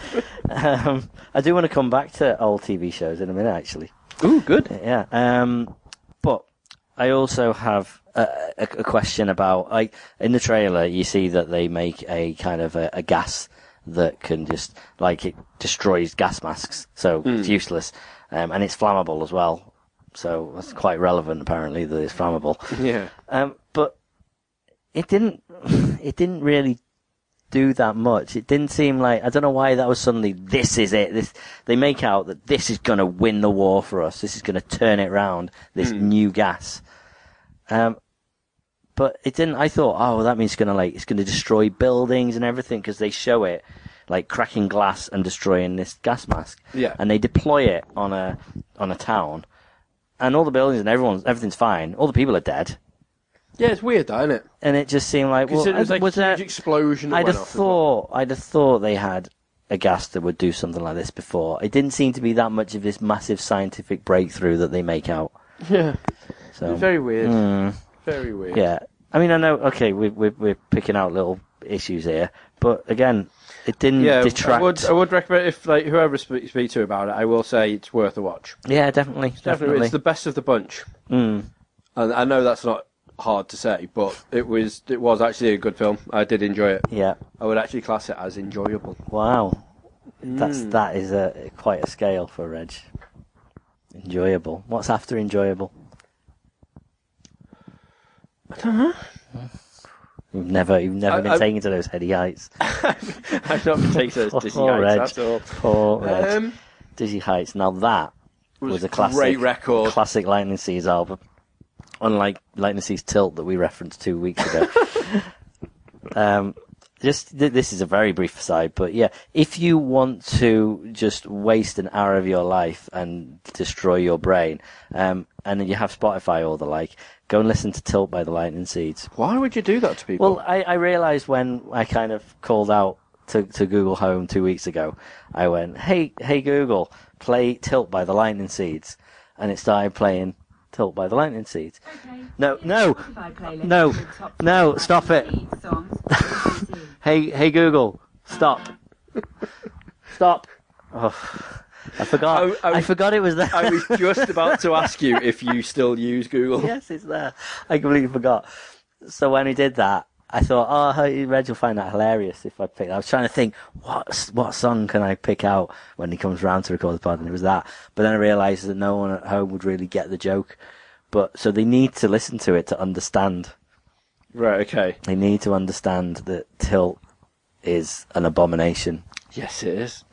B: um, I do want to come back to old TV shows in a minute, actually.
C: Ooh, good.
B: Yeah. Um, but I also have a, a, a question about like in the trailer you see that they make a kind of a, a gas that can just like it destroys gas masks, so it's useless, um, and it's flammable as well. So that's quite relevant apparently that it's flammable.
C: Yeah.
B: Um, but it didn't. It didn't really do that much. It didn't seem like I don't know why that was suddenly. This is it. This they make out that this is going to win the war for us. This is going to turn it round. This new gas. Um, but it didn't. I thought, oh, that means it's going to like it's going to destroy buildings and everything because they show it like cracking glass and destroying this gas mask.
C: Yeah.
B: And they deploy it on a on a town. And all the buildings and everyone's everything's fine. All the people are dead
C: Yeah, it's weird, that, isn't it?
B: and it just seemed like well,
C: Considering it was
B: I-
C: like
B: was
C: a huge
B: there-
C: explosion. That
B: I'd
C: went
B: have
C: off as well.
B: thought I'd have thought they had a gas that would do something like this before. It didn't seem to be that much of this massive scientific breakthrough that they make out.
C: Yeah.
B: So
C: Very weird. Very weird.
B: Hmm. yeah, I mean I know okay we we we're picking out little issues here, but again it didn't
C: Yeah,
B: detract.
C: I would. I would recommend if like whoever speaks speak to about it, I will say it's worth a watch.
B: yeah, definitely, Hmm.
C: Definitely,
B: definitely.
C: it's the best of the bunch. And I know that's not hard to say, but it was it was actually a good film. I did enjoy it.
B: Yeah.
C: I would actually class it as enjoyable.
B: Wow. That's
C: Hmm.
B: that is a quite a scale for Reg. Enjoyable. What's after enjoyable? I don't know. You've never you've never
C: I-
B: been
C: I-
B: taken to those heady heights.
C: I don't take those dizzy
B: Poor
C: heights,
B: Reg.
C: that's all.
B: Poor Reg.
C: Um,
B: Dizzy Heights. Now that was,
C: was
B: a classic
C: great record.
B: Classic Lightning Seeds album. Unlike Lightning Seeds Tilt that we referenced two weeks ago. um, just th- this is a very brief aside, but yeah, if you want to just waste an hour of your life and destroy your brain, um, and then you have Spotify or the like, go and listen to Tilt by the Lightning Seeds.
C: Why would you do that to people?
B: Well, I, I realized when I kind of called out to, to Google Home two weeks ago, I went, "Hey, hey Google, play Tilt by the Lightning Seeds," and it started playing Tilt by the Lightning Seeds. No, no, no, no, stop it. Hey, hey Google, stop, stop. Oh, I forgot.
C: I-
B: I,
C: I was-
B: forgot it was there.
C: I was just about to ask you if you still use Google.
B: yes, it's there. I completely forgot. So when he did that, I thought, oh, hey, Reg will find that hilarious if I pick. I was trying to think, what what song can I pick out when he comes round to record the pod, and it was that. But then I realised that no one at home would really get the joke. But so they need to listen to it to understand.
C: Right, okay.
B: They need to understand that tilt is an abomination.
C: Yes, it is.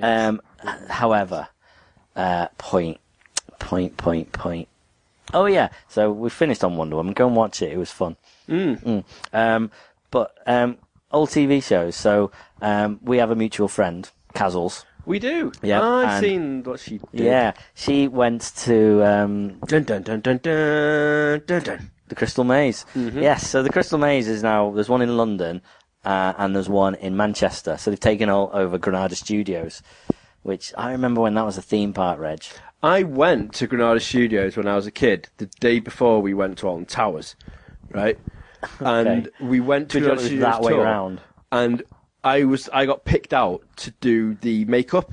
B: Um, however, uh, point, point, point, point. Oh yeah, so we finished on Wonder Woman. Go and watch it. It was fun. Mm. Um, but um, old TV shows. So um, we have a mutual friend, Cazals.
C: We do.
B: Yeah,
C: I've
B: and-
C: seen what she did.
B: Yeah, she went to um,
C: Dun dun dun dun dun dun dun.
B: the Crystal Maze. Yes, so the Crystal Maze is now there's one in London uh, and there's one in Manchester. So they've taken all over Granada Studios, which I remember when that was a theme park, Reg.
C: I went to Granada Studios when I was a kid, the day before we went to Alton Towers, right? And we went to
B: Good job it
C: Granada
B: was
C: Studios
B: that way
C: tour,
B: round.
C: And I was I got picked out to do the makeup.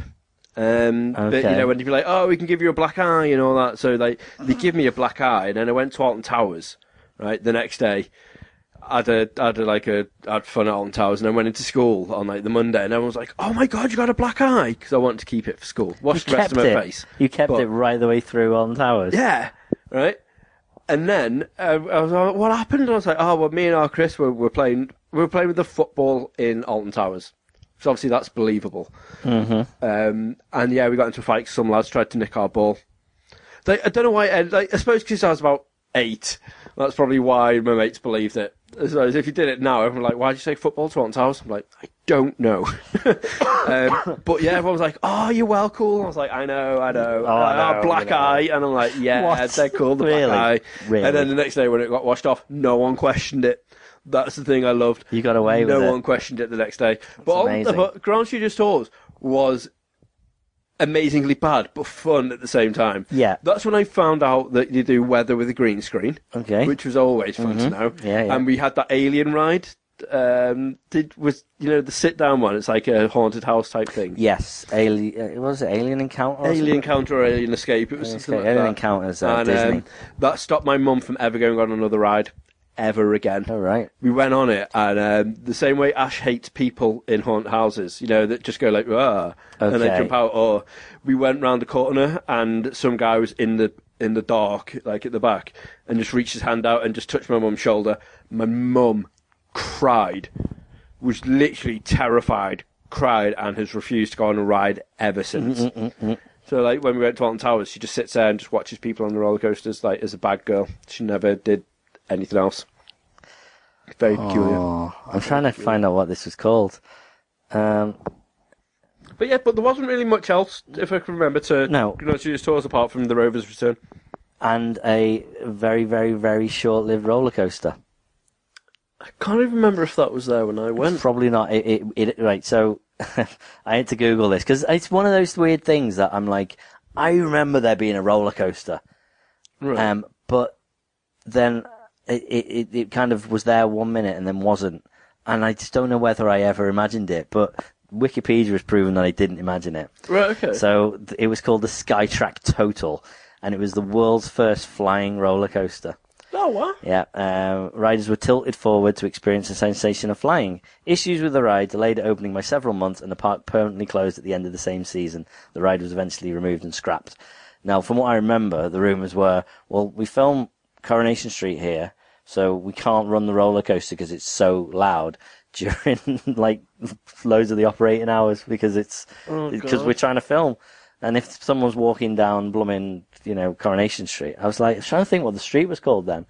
C: Um, but, you
B: Okay.
C: know, when you'd be like, oh, we can give you a black eye and all that. So like, they give me a black eye, and then I went to Alton Towers, right? The next day, had a had a, like a had fun at Alton Towers, and then went into school on like the Monday, and everyone was like, "Oh my god, you got a black eye!" Because I wanted to keep it for school. Washed the rest of my
B: it.
C: face.
B: You kept
C: but-
B: it right the way through on towers.
C: yeah, right. And then uh, I was like, "What happened?" And I was like, "Oh, well, me and our Chris were, were playing. We were playing with the football in Alton Towers, so obviously that's believable." Um, and yeah, we got into a fight. Some lads tried to nick our ball. They, I don't know why. uh, Like, I suppose because I was about eight. That's probably why my mates believed it. So if you did it now, everyone like, "Why did you say football to Alton Towers?" I'm like, "I don't know." um, but yeah, everyone was like, "Oh, you're well cool." I was like, "I know, I know."
B: Oh, I
C: Uh,
B: know,
C: black
B: you know.
C: eye, and I'm like, "Yeah."
B: What?
C: Yeah, they're called the
B: Really?
C: black eye.
B: Really?
C: And then the next day when it got washed off, no one questioned it. That's the thing I loved.
B: You got away
C: no
B: with it.
C: one questioned it the next day. but all-
B: amazing.
C: but Grand Studios Tours was amazingly bad, but fun at the same time.
B: Yeah.
C: That's when I found out that you do weather with a green screen.
B: Okay. Mm-hmm.
C: Which was always fun to know.
B: Yeah, yeah.
C: And we had that alien ride. Um, did was you know the sit down one? It's like a haunted house type thing.
B: Yes, alien. What was it? Alien encounter. or
C: Alien
B: something?
C: Encounter or Alien Escape. It was something
B: Escape.
C: like
B: Alien
C: that.
B: Encounters, uh,
C: and,
B: Disney.
C: um, that stopped my mum from ever going on another ride ever again.
B: All right.
C: We went on it, and um, the same way Ash hates people in haunt houses, you know, that just go like, ah, and
B: Okay.
C: they jump out. Or we went round the corner, and some guy was in the in the dark, like at the back, and just reached his hand out and just touched my mum's shoulder. My mum cried, was literally terrified, cried, and has refused to go on a ride ever since. So like when we went to Alton Towers, she just sits there and just watches people on the roller coasters. Like as a bad girl, she never did anything else. Very peculiar.
B: Oh, I'm trying to find out what this was called. Um,
C: But yeah, but there wasn't really much else, if I can remember, to
B: No.
C: you know, to use tours apart from the Rover's Return.
B: and a very, very, very short-lived roller coaster.
C: I can't even remember if that was there when I went.
B: Probably not. It, it, it, right. So I had to Google this because it's one of those weird things that I'm like, I remember there being a roller coaster,
C: Right.
B: um, but then it, it, it- it kind of was there one minute and then wasn't, and I just don't know whether I ever imagined it. But Wikipedia has proven that I didn't imagine it.
C: right. Okay.
B: So th- it was called the Skytrack Total, and it was the world's first flying roller coaster.
C: oh, Oh, what?
B: Yeah, uh, riders were tilted forward to experience the sensation of flying. Issues with the ride delayed it opening by several months, and the park permanently closed at the end of the same season. The ride was eventually removed and scrapped. Now, from what I remember, the rumours were, well, we film Coronation Street here, so we can't run the roller coaster because it's so loud during like loads of the operating hours because it's because
C: God.
B: we're trying to film. And if someone's walking down blooming, you know, Coronation Street, I was like, I was trying to think what the street was called then.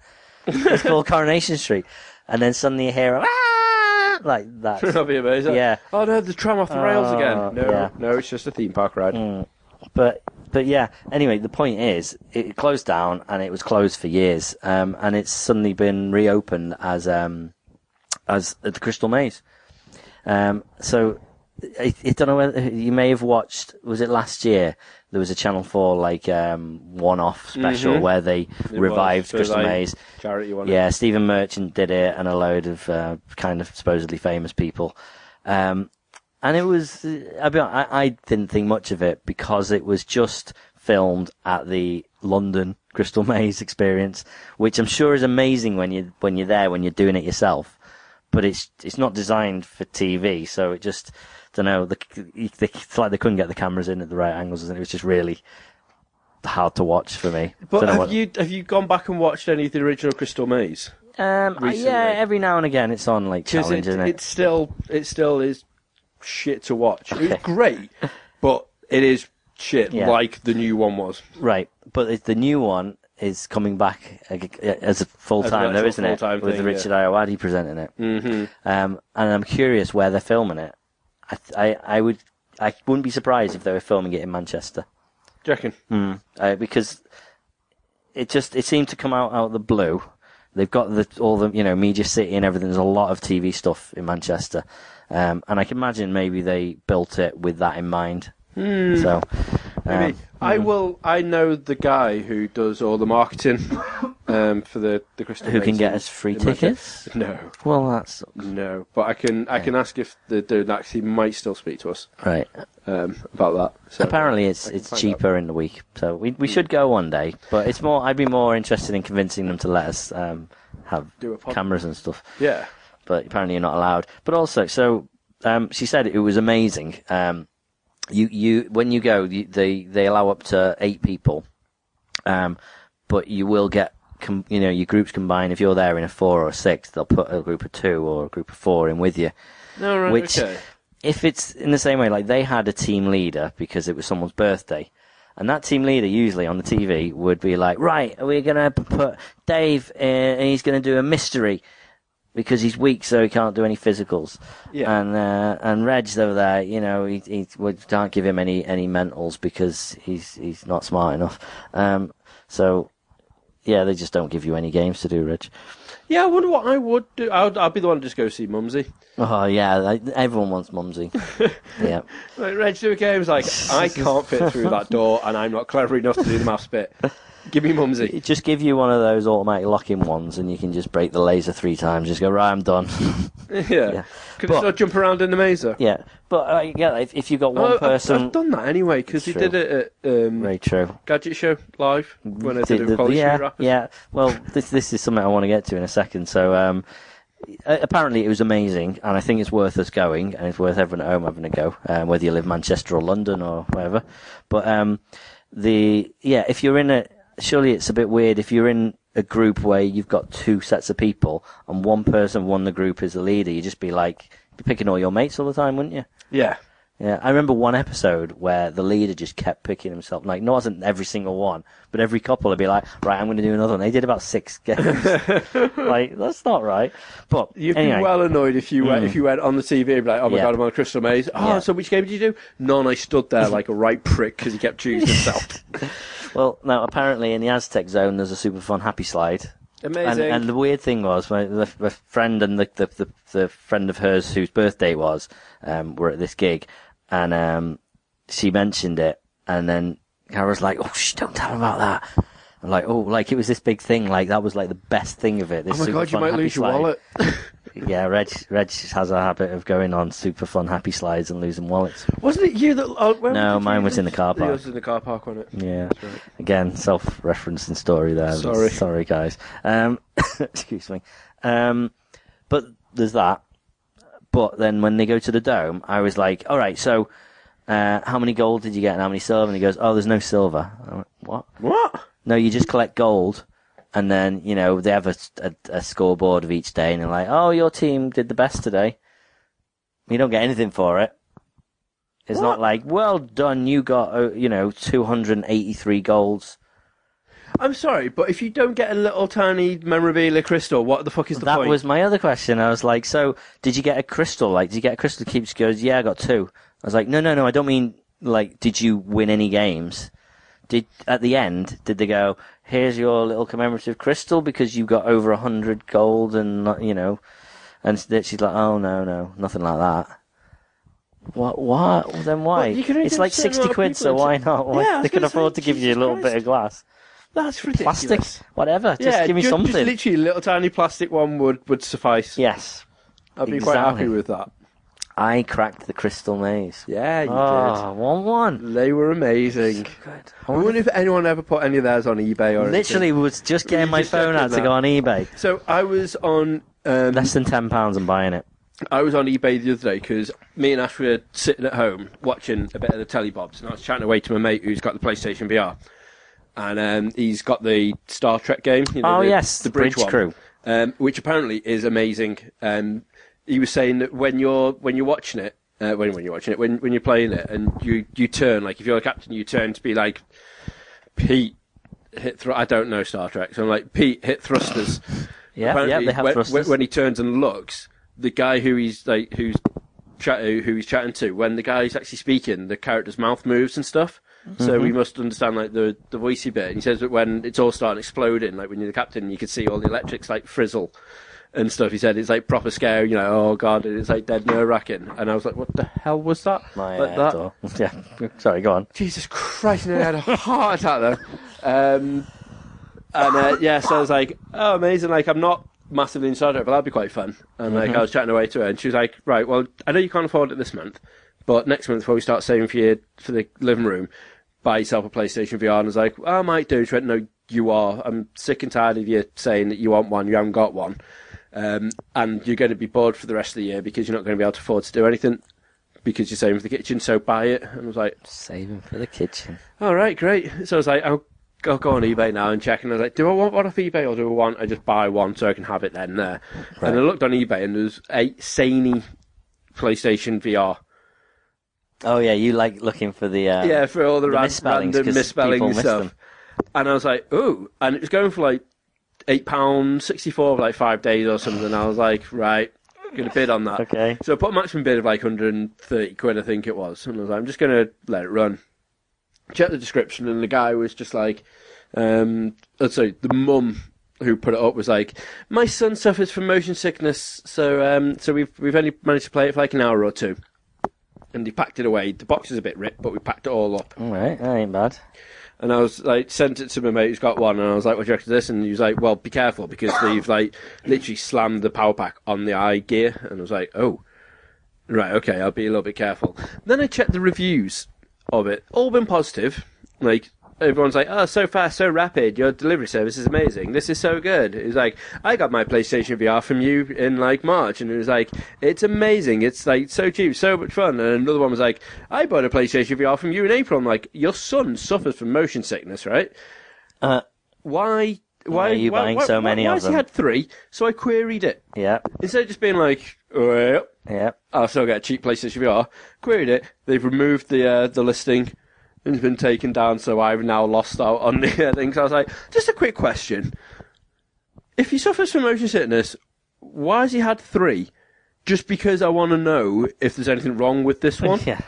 B: It's called Coronation Street. And then suddenly you hear, ah! like that.
C: That'd be amazing.
B: Yeah.
C: Oh no, the tram off the rails
B: Oh,
C: again. No,
B: yeah. Mm.
C: no, it's just a theme park ride.
B: but but yeah. Anyway, the point is, it closed down and it was closed for years, um, and it's suddenly been reopened as um, as the Crystal Maze. Um, so I, I don't know whether you may have watched. Was it last year? There was a Channel Four like um, one-off special where they
C: Mm-hmm. It
B: revived
C: was, so
B: Crystal
C: like,
B: Maze.
C: Charity one.
B: Yeah, Stephen Merchant did it, and a load of uh, kind of supposedly famous people. Um, and it was, uh, I'll be hon- I, I didn't think much of it because it was just filmed at the London Crystal Maze experience, which I'm sure is amazing when you when you're there when you're doing it yourself. But it's it's not designed for TV, so it just don't know. The, the, it's like they couldn't get the cameras in at the right angles, and it was just really hard to watch for me.
C: But
B: Don't know
C: have
B: what-
C: you have you gone back and watched any of the original Crystal Maze?
B: um, I-
C: recently.
B: yeah, every now and again it's on like
C: Because
B: challenge,
C: it,
B: isn't it?
C: it's still it still is shit to watch. It was
B: Okay.
C: great, but it is shit
B: Yeah.
C: like the new one was.
B: Right, but it's the new one is coming back ag- as a full
C: As an
B: time, though,
C: actual
B: isn't it?
C: full-time
B: With
C: thing,
B: Richard Iowadi presenting it,
C: Mhm.
B: um, and I'm curious where they're filming it. I, th- I, I would, I wouldn't be surprised if they were filming it in Manchester,
C: Do you reckon?
B: uh, because it just it seemed to come out out of the blue. They've got the all the you know media city and everything. There's a lot of TV stuff in Manchester, um, and I can imagine maybe they built it with that in mind. So,
C: Hmm. Maybe.
B: um,
C: I will. I know the guy who does all the marketing um, for the the Crystal.
B: who can
C: Maze
B: get
C: in-
B: us free
C: in Manchester.
B: tickets?
C: No,
B: Well, that's
C: no. But I can I can ask if the dude actually might still speak to us
B: right.
C: um, about that. So,
B: Apparently, it's
C: I can
B: it's
C: find Hmm.
B: cheaper in the week, so we we should go one day. But it's more. I'd be more interested in convincing them to let us um, have
C: Do a pod-
B: cameras and stuff.
C: Yeah.
B: But apparently, you're not allowed. But also, so um, she said it was amazing. Um, you you when you go, you, they they allow up to eight people, um, but you will get. Com- you know, your groups combined. If you're there in a four or a six, they'll put a group of two or a group of four in with you
C: No, right.
B: which
C: okay.
B: if it's in the same way like they had a team leader because it was someone's birthday and that team leader usually on the tv would be like right we're going to put dave in and he's going to do a mystery because he's weak so he can't do any physicals
C: Yeah.
B: and uh, and reg's over there you know he, he we can't give him any any mentals because he's he's not smart enough um so yeah they just don't give you any games to do reg
C: Yeah, I wonder what I would do. I'd, I'd be the one to just go see Mumsy.
B: oh yeah like, everyone wants mumsy yeah
C: Like, Reg, do a game's like, I can't fit through that door and I'm not clever enough to do the maths bit. Give me Mumsy.
B: It just give you one of those automatic locking ones, and you can just break the laser three times. Just go right, I'm done.
C: yeah. Could
B: But-
C: it still jump around in the maze though?
B: yeah, but uh, yeah, if, if you got one
C: Oh, I've- I've,
B: person,
C: done that anyway because he
B: True.
C: did it at um,
B: very true.
C: Gadget Show live when I did
B: The-
C: it
B: the-
C: with College
B: yeah,
C: Street Rappers.
B: yeah. Well, this this is something I want to get to in a second. So, um, a- apparently, it was amazing, and I think it's worth us going, and it's worth everyone at home having a go, um, whether you live in Manchester or London or wherever. But um, the yeah, if you're in a surely it's a bit weird if you're in a group where you've got two sets of people and one person one the group is the leader. You'd just be like be picking all your mates all the time, wouldn't you?
C: Yeah.
B: Yeah, I remember one episode where the leader just kept picking himself. Like, not wasn't every single one, but every couple would be like, "Right, I'm going to do another." one. They did about six games. like, that's not right. But
C: You'd
B: anyway,
C: be well annoyed if you went, if you went on the TV and be like, oh my
B: Yeah.
C: god, I'm on a Crystal Maze. Oh,
B: Yeah.
C: so which game did you do? None. I stood there like a right prick because he kept choosing himself.
B: well, now apparently in the Aztec Zone there's a super fun happy slide. And,
C: Amazing.
B: and the weird thing was, my, the, my friend and the, the, the, the friend of hers whose birthday it was um, were at this gig, and um, she mentioned it, and then Cara was like, "Oh, shh, don't tell her about that." I'm like, "Oh, like it was this big thing. Like that was like the best thing of it." This
C: oh my
B: super
C: god, you
B: fun
C: might
B: happy
C: lose your
B: slide."
C: wallet.
B: yeah, Reg Reg has a habit of going on super fun happy slides and losing wallets.
C: Wasn't it you that? Oh, where
B: No,
C: did you
B: mine
C: use
B: was in
C: it?
B: the car park.
C: Yours was in the car park, wasn't it?
B: Yeah.
C: That's right.
B: Again, self-referencing story there.
C: Sorry.
B: sorry guys. Um, excuse me. Um, but there's that. But then when they go to the dome, I was like, "All right, so uh, how many gold did you get and how many silver?" And he goes, "Oh, there's no silver." I went, "What?
C: What?
B: No, you just collect gold." And then you know they have a, a, a scoreboard of each day, and they're like, "Oh, your team did the best today." You don't get anything for it. It's not
C: What?
B: like, "Well done, you got uh, you know 283 golds."
C: I'm sorry, but if you don't get a little tiny memorabilia crystal, what the fuck is the
B: that
C: point?
B: was my other question. I was like, so did you get a crystal? Like, did you get a crystal? Keeps goes, yeah, I got two. I was like, no, no, no. I don't mean like, did you win any games? Did at the end, did they go? Here's your little commemorative crystal because you got over a hundred gold and not- you know, and s- that she's like, oh no, no, nothing like that. What? What? Well, then why?
C: you can only
B: it's
C: do a
B: like
C: certain
B: sixty
C: amount of
B: quid,
C: people
B: so
C: and
B: why
C: s-
B: not? Why-
C: Yeah, I was
B: they can
C: gonna say,
B: afford to give you a
C: Jesus
B: little bit
C: Christ.
B: of glass,
C: That's ridiculous.
B: plastic, whatever. Just give me
C: ju-
B: something.
C: Just literally, a little tiny plastic one would would suffice.
B: yes.
C: I'd be quite
B: exactly.
C: happy with that.
B: I cracked the crystal maze.
C: Yeah, you
B: Ah, one one.
C: did. They were amazing.
B: Good.
C: I wonder if anyone ever put any of theirs on eBay or anything.
B: Literally was just getting my
C: just
B: phone
C: looking
B: out to
C: at
B: go on eBay.
C: So I was on. Um,
B: Less than ten pounds and buying it.
C: I was on eBay the other day because me and Ash were sitting at home watching a bit of the Telebobs, and I was chatting away to my mate who's got the PlayStation VR, and um, he's got the Star Trek game. you know,
B: Oh,
C: the,
B: yes,
C: the Bridge,
B: Bridge
C: one,
B: Crew.
C: um, which apparently is amazing. Um, he was saying that when you're when you're watching it, uh, when when you're watching it, when when you're playing it, and you you turn like if you're a captain, you turn to be like Pete. Hit thr- I don't know Star Trek, so I'm like Pete hit thrusters.
B: Yeah, yeah,
C: Apparently,
B: they have
C: when,
B: thrusters.
C: When he turns and looks, the guy who he's like, who's chat, who he's chatting to, when the guy's actually speaking, the character's mouth moves and stuff. So
B: Mm-hmm.
C: we must understand like the the voicey bit. And he says that when it's all starting exploding, like when you're the captain, you can see all the electrics like frizzle and stuff. He said it's like proper scary, you know, oh god, and it's like dead nerve wracking. And I was like, what the hell was that?
B: My
C: like
B: uh,
C: that.
B: door. Yeah. Sorry, go on.
C: Jesus Christ, nearly had a heart attack there. Um, and uh, yeah, so I was like, oh, amazing. Like, I'm not massively in Star Trek, but that'd be quite fun. And like, I was chatting away to her, and she was like, right, well, I know you can't afford it this month, but next month, before we start saving for your, for the living room, buy yourself a PlayStation VR. And I was like, well, I might do. She went, no, you are. I'm sick and tired of you saying that you want one, you haven't got one. Um, and you're going to be bored for the rest of the year because you're not going to be able to afford to do anything because you're saving for the kitchen, so buy it. And I was like,
B: Saving for the kitchen.
C: all right, great. So I was like, I'll, I'll go on eBay now and check. And I was like, do I want one off eBay or do I want I just buy one so I can have it then and there? And I looked on eBay and there was a Sony PlayStation VR.
B: Oh yeah, you like looking for the uh,
C: Yeah, for all the,
B: the
C: ran-
B: misspellings,
C: random
B: 'cause
C: misspelling
B: people
C: and
B: miss
C: stuff.
B: them.
C: And I was like, ooh, and it was going for like eight pounds sixty four for like five days or something. And I was like, right, gonna bid on that.
B: Okay.
C: So I put a maximum bid of like hundred and thirty quid, I think it was. And I was like, I'm just gonna let it run. Check the description, and the guy was just like, um, oh, sorry, the mum who put it up was like, my son suffers from motion sickness, so um, so we've we've only managed to play it for like an hour or two. And he packed it away. The box is a bit ripped, but we packed it all up.
B: All right, that ain't bad.
C: And I was like, sent it to my mate who's got one, and I was like, "What do you reckon to this?" And he was like, "Well, be careful because they've like literally slammed the power pack on the eye gear." And I was like, "Oh, right, okay, I'll be a little bit careful." Then I checked the reviews of it; all been positive. Like everyone's like, "Oh, so fast, so rapid! Your delivery service is amazing. This is so good." It was like, "I got my PlayStation VR from you in like March," and it was like, "It's amazing. It's like so cheap, so much fun." And another one was like, "I bought a PlayStation VR from you in April." I'm like, "Your son suffers from motion sickness, right?"
B: Uh,
C: Why? Why
B: are you
C: why,
B: buying
C: why-
B: so
C: why-
B: many
C: why
B: of
C: has
B: them?
C: He had three, so I queried it
B: yeah,
C: instead of just being like, well,
B: yeah.
C: I'll still get a cheap PlayStation VR, queried it. They've removed the uh, the listing and it's been taken down, so I've now lost out on the uh, things. I was like, just a quick question: If he suffers from motion sickness, why has he had three? Just because I want to know if there's anything wrong with this one,
B: Yeah.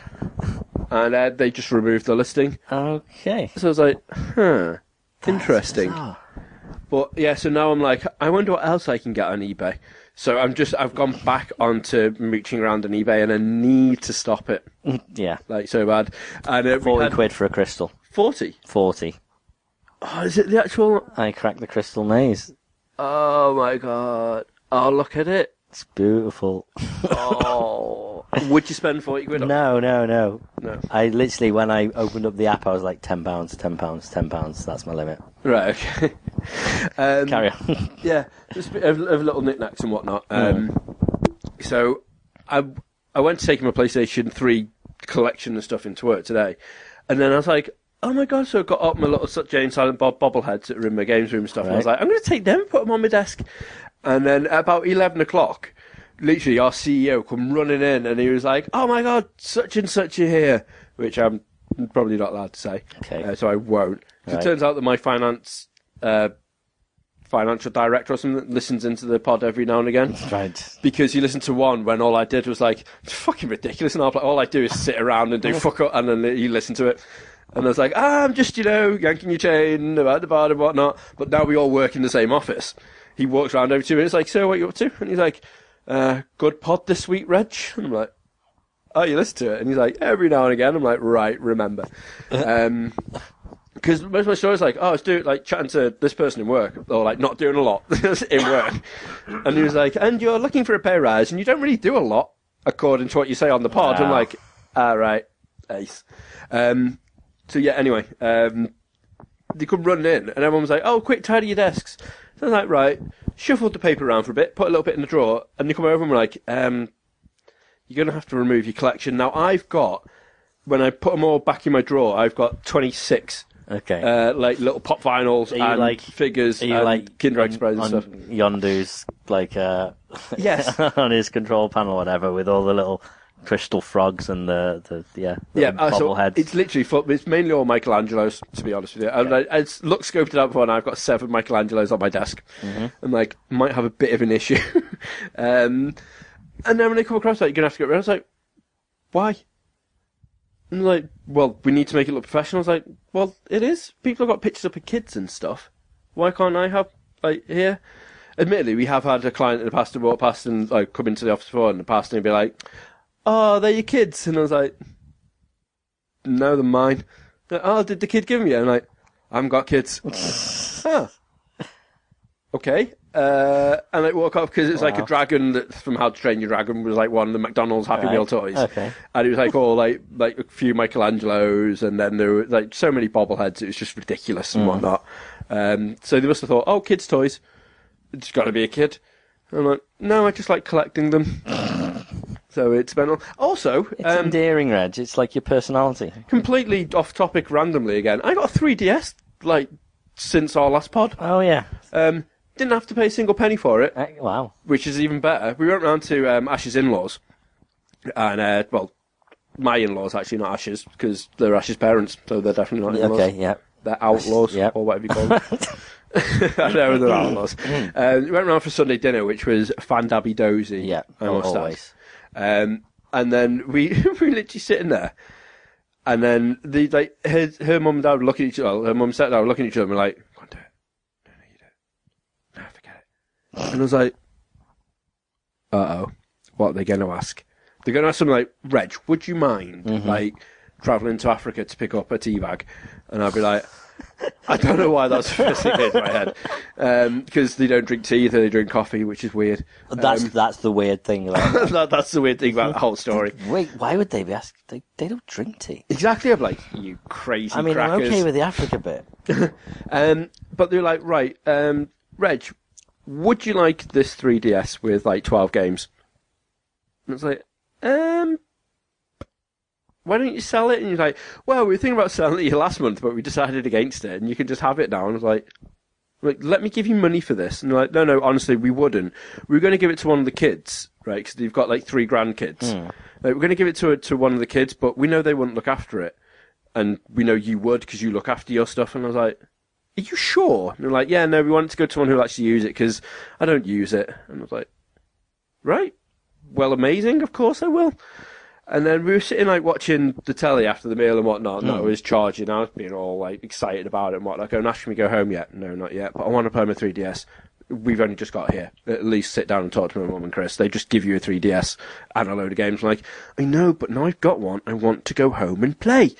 C: and uh, they just removed the listing.
B: Okay. Ah.
C: So I was like, huh, interesting. But yeah, so now I'm like, I wonder what else I can get on eBay. So I'm just, I've gone back onto mooching around on eBay, and I need to stop it,
B: Yeah.
C: like so bad. And uh, we
B: Forty
C: had
B: quid for a crystal.
C: Forty.
B: Forty.
C: Oh, is it the actual?
B: I cracked the crystal maze.
C: Oh my god! Oh, look at it.
B: It's beautiful.
C: Oh, would you spend forty quid? on it?
B: No, no, no.
C: no.
B: I literally, when I opened up the app, I was like, ten pounds, ten pounds, ten pounds. That's my limit.
C: Right. Okay. um,
B: Carry on.
C: yeah, just a bit of, of little knickknacks and whatnot. Um, So, I I went to take my PlayStation Three collection and stuff into work today, and then I was like, oh my god! So I got up my little Sut Jane Silent Bob bobbleheads that were in my games room and stuff, and I was
B: Right.
C: like, I'm going to take them, put them on my desk, and then at about eleven o'clock. Literally, our CEO come running in, and he was like, "Oh my God, such and such are here," which I'm probably not allowed to say,
B: Okay.
C: uh, so I won't. 'Cause
B: Right.
C: It turns out that my finance uh, financial director or something that listens into the pod every now and again.
B: right.
C: Because he listened to one when all I did was like, it's fucking ridiculous. And I was like, all I do is sit around and do fuck up. And then he listened to it. And I was like, ah, I'm just, you know, yanking your chain about the bar and whatnot. But now we all work in the same office. He walks around over to me and it's like, so what you up to? And he's like, uh, good pod this week, Reg. And I'm like, oh, you listen to it? And he's like, every now and again. I'm like, right, remember. Um, because most of my stories like, oh, I was doing like chatting to this person in work, or like not doing a lot in work, and he was like, and you're looking for a pay rise, and you don't really do a lot according to what you say on the pod. I'm
B: Wow.
C: like, all right, ace. Um, so yeah, anyway, um, they come running in, and everyone was like, oh, quick, tidy your desks. So I was like, right, shuffled the paper around for a bit, put a little bit in the drawer, and they come over and were like, um, you're going to have to remove your collection. Now I've got, when I put them all back in my drawer, I've got 26
B: Okay.
C: uh, like little pop vinyls
B: you
C: and
B: like-
C: figures
B: Are you
C: and
B: like
C: Kinder
B: on-
C: Egg sprays and
B: on
C: stuff.
B: Yondu's like uh,
C: Yes.
B: on his control panel, or whatever, with all the little crystal frogs and the, the yeah the
C: Yeah, uh, so
B: bobbleheads.
C: it's literally full, it's mainly all Michelangelos to be honest with you. And I, I it's- look scoped it out before, and I've got seven Michelangelos on my desk. I'm like, might have a bit of an issue. um, and then when they come across that, you're gonna have to get rid. of it. I was like, why? And they're like, well, we need to make it look professional. I was like, well, it is. People have got pictures up of kids and stuff. Why can't I have like here? Admittedly, we have had a client in the past who walk past and like come into the office before in the past and be like, "Oh, they're your kids," and I was like, "No, they're mine." They're Like, oh, did the kid give them you? I'm like, "I haven't got kids." huh. Okay. Uh, and I walk off because it's like a
B: Wow.
C: dragon that from How to Train Your Dragon was like one of the McDonald's Happy
B: Right.
C: Meal toys.
B: Okay.
C: And it was like all like like a few Michelangelos, and then there were like so many bobbleheads. It was just ridiculous and
B: Mm.
C: whatnot. Um, so they must have thought, oh, kids' toys. It's got to be a kid. And I'm like, no, I just like collecting them. so it's been on. Also,
B: It's
C: um,
B: endearing, Reg. It's like your personality.
C: completely off topic randomly again. I got a 3DS like since our last pod.
B: Oh yeah.
C: Um, didn't have to pay a single penny for it
B: Uh, wow.
C: which is even better. We went round to um, Ash's in-laws, and uh, well, my in-laws actually not Ash's because they're Ash's parents, so they're definitely not in-laws.
B: Okay. Yeah.
C: They're outlaws
B: Yep.
C: or whatever you call them. I know they're outlaws.
B: Mm.
C: um, we went round for Sunday dinner, which was fandabby dozy.
B: Yeah.
C: I
B: al-
C: must add.
B: always.
C: Um, and then we we literally sitting there, and then the like her her mum and dad were looking at each other. Her mum sat down looking at each other and were like, "Go on, do it. No, no, you do it. No, forget it." And I was like, "Uh oh, what are they going to ask? They're going to ask something like, Reg, would you mind like traveling to Africa to pick up a tea bag?" And I'd be like. I don't know why that's first thing that came to my head, because they don't drink tea, they drink coffee, which is weird.
B: That's
C: Um,
B: that's the weird thing. Like,
C: that, that's the weird thing about the whole story.
B: wait, why would they be asking? They, they don't drink tea.
C: Exactly, I'm like, you crazy
B: I mean, I'm
C: crackers.
B: okay with the Africa bit.
C: um, but they're like, right, um, Reg, would you like this 3DS with like 12 games? And it's like, um, why don't you sell it? And you're like, well, we were thinking about selling it to you last month, but we decided against it, and you can just have it now. And I was like, like, let me give you money for this. And they're like, no, no, honestly, we wouldn't. We were going to give it to one of the kids, right? Because they've got like three grandkids. Like, we're going to give it to to one of the kids, but we know they wouldn't look after it, and we know you would because you look after your stuff. And I was like, are you sure? And they're like, yeah, no, we want it to go to someone who'll actually use it because I don't use it. And I was like, right, well, amazing, of course I will. And then we were sitting like watching the telly after the meal and whatnot, and I was charging. I was being all like excited about it and whatnot. I go, Nash, can we go home yet? No, not yet. But I want to play my 3DS. We've only just got here. At least sit down and talk to my mum and Chris. They just give you a 3DS and a load of games. I'm like, I know, but now I've got one. I want to go home and play.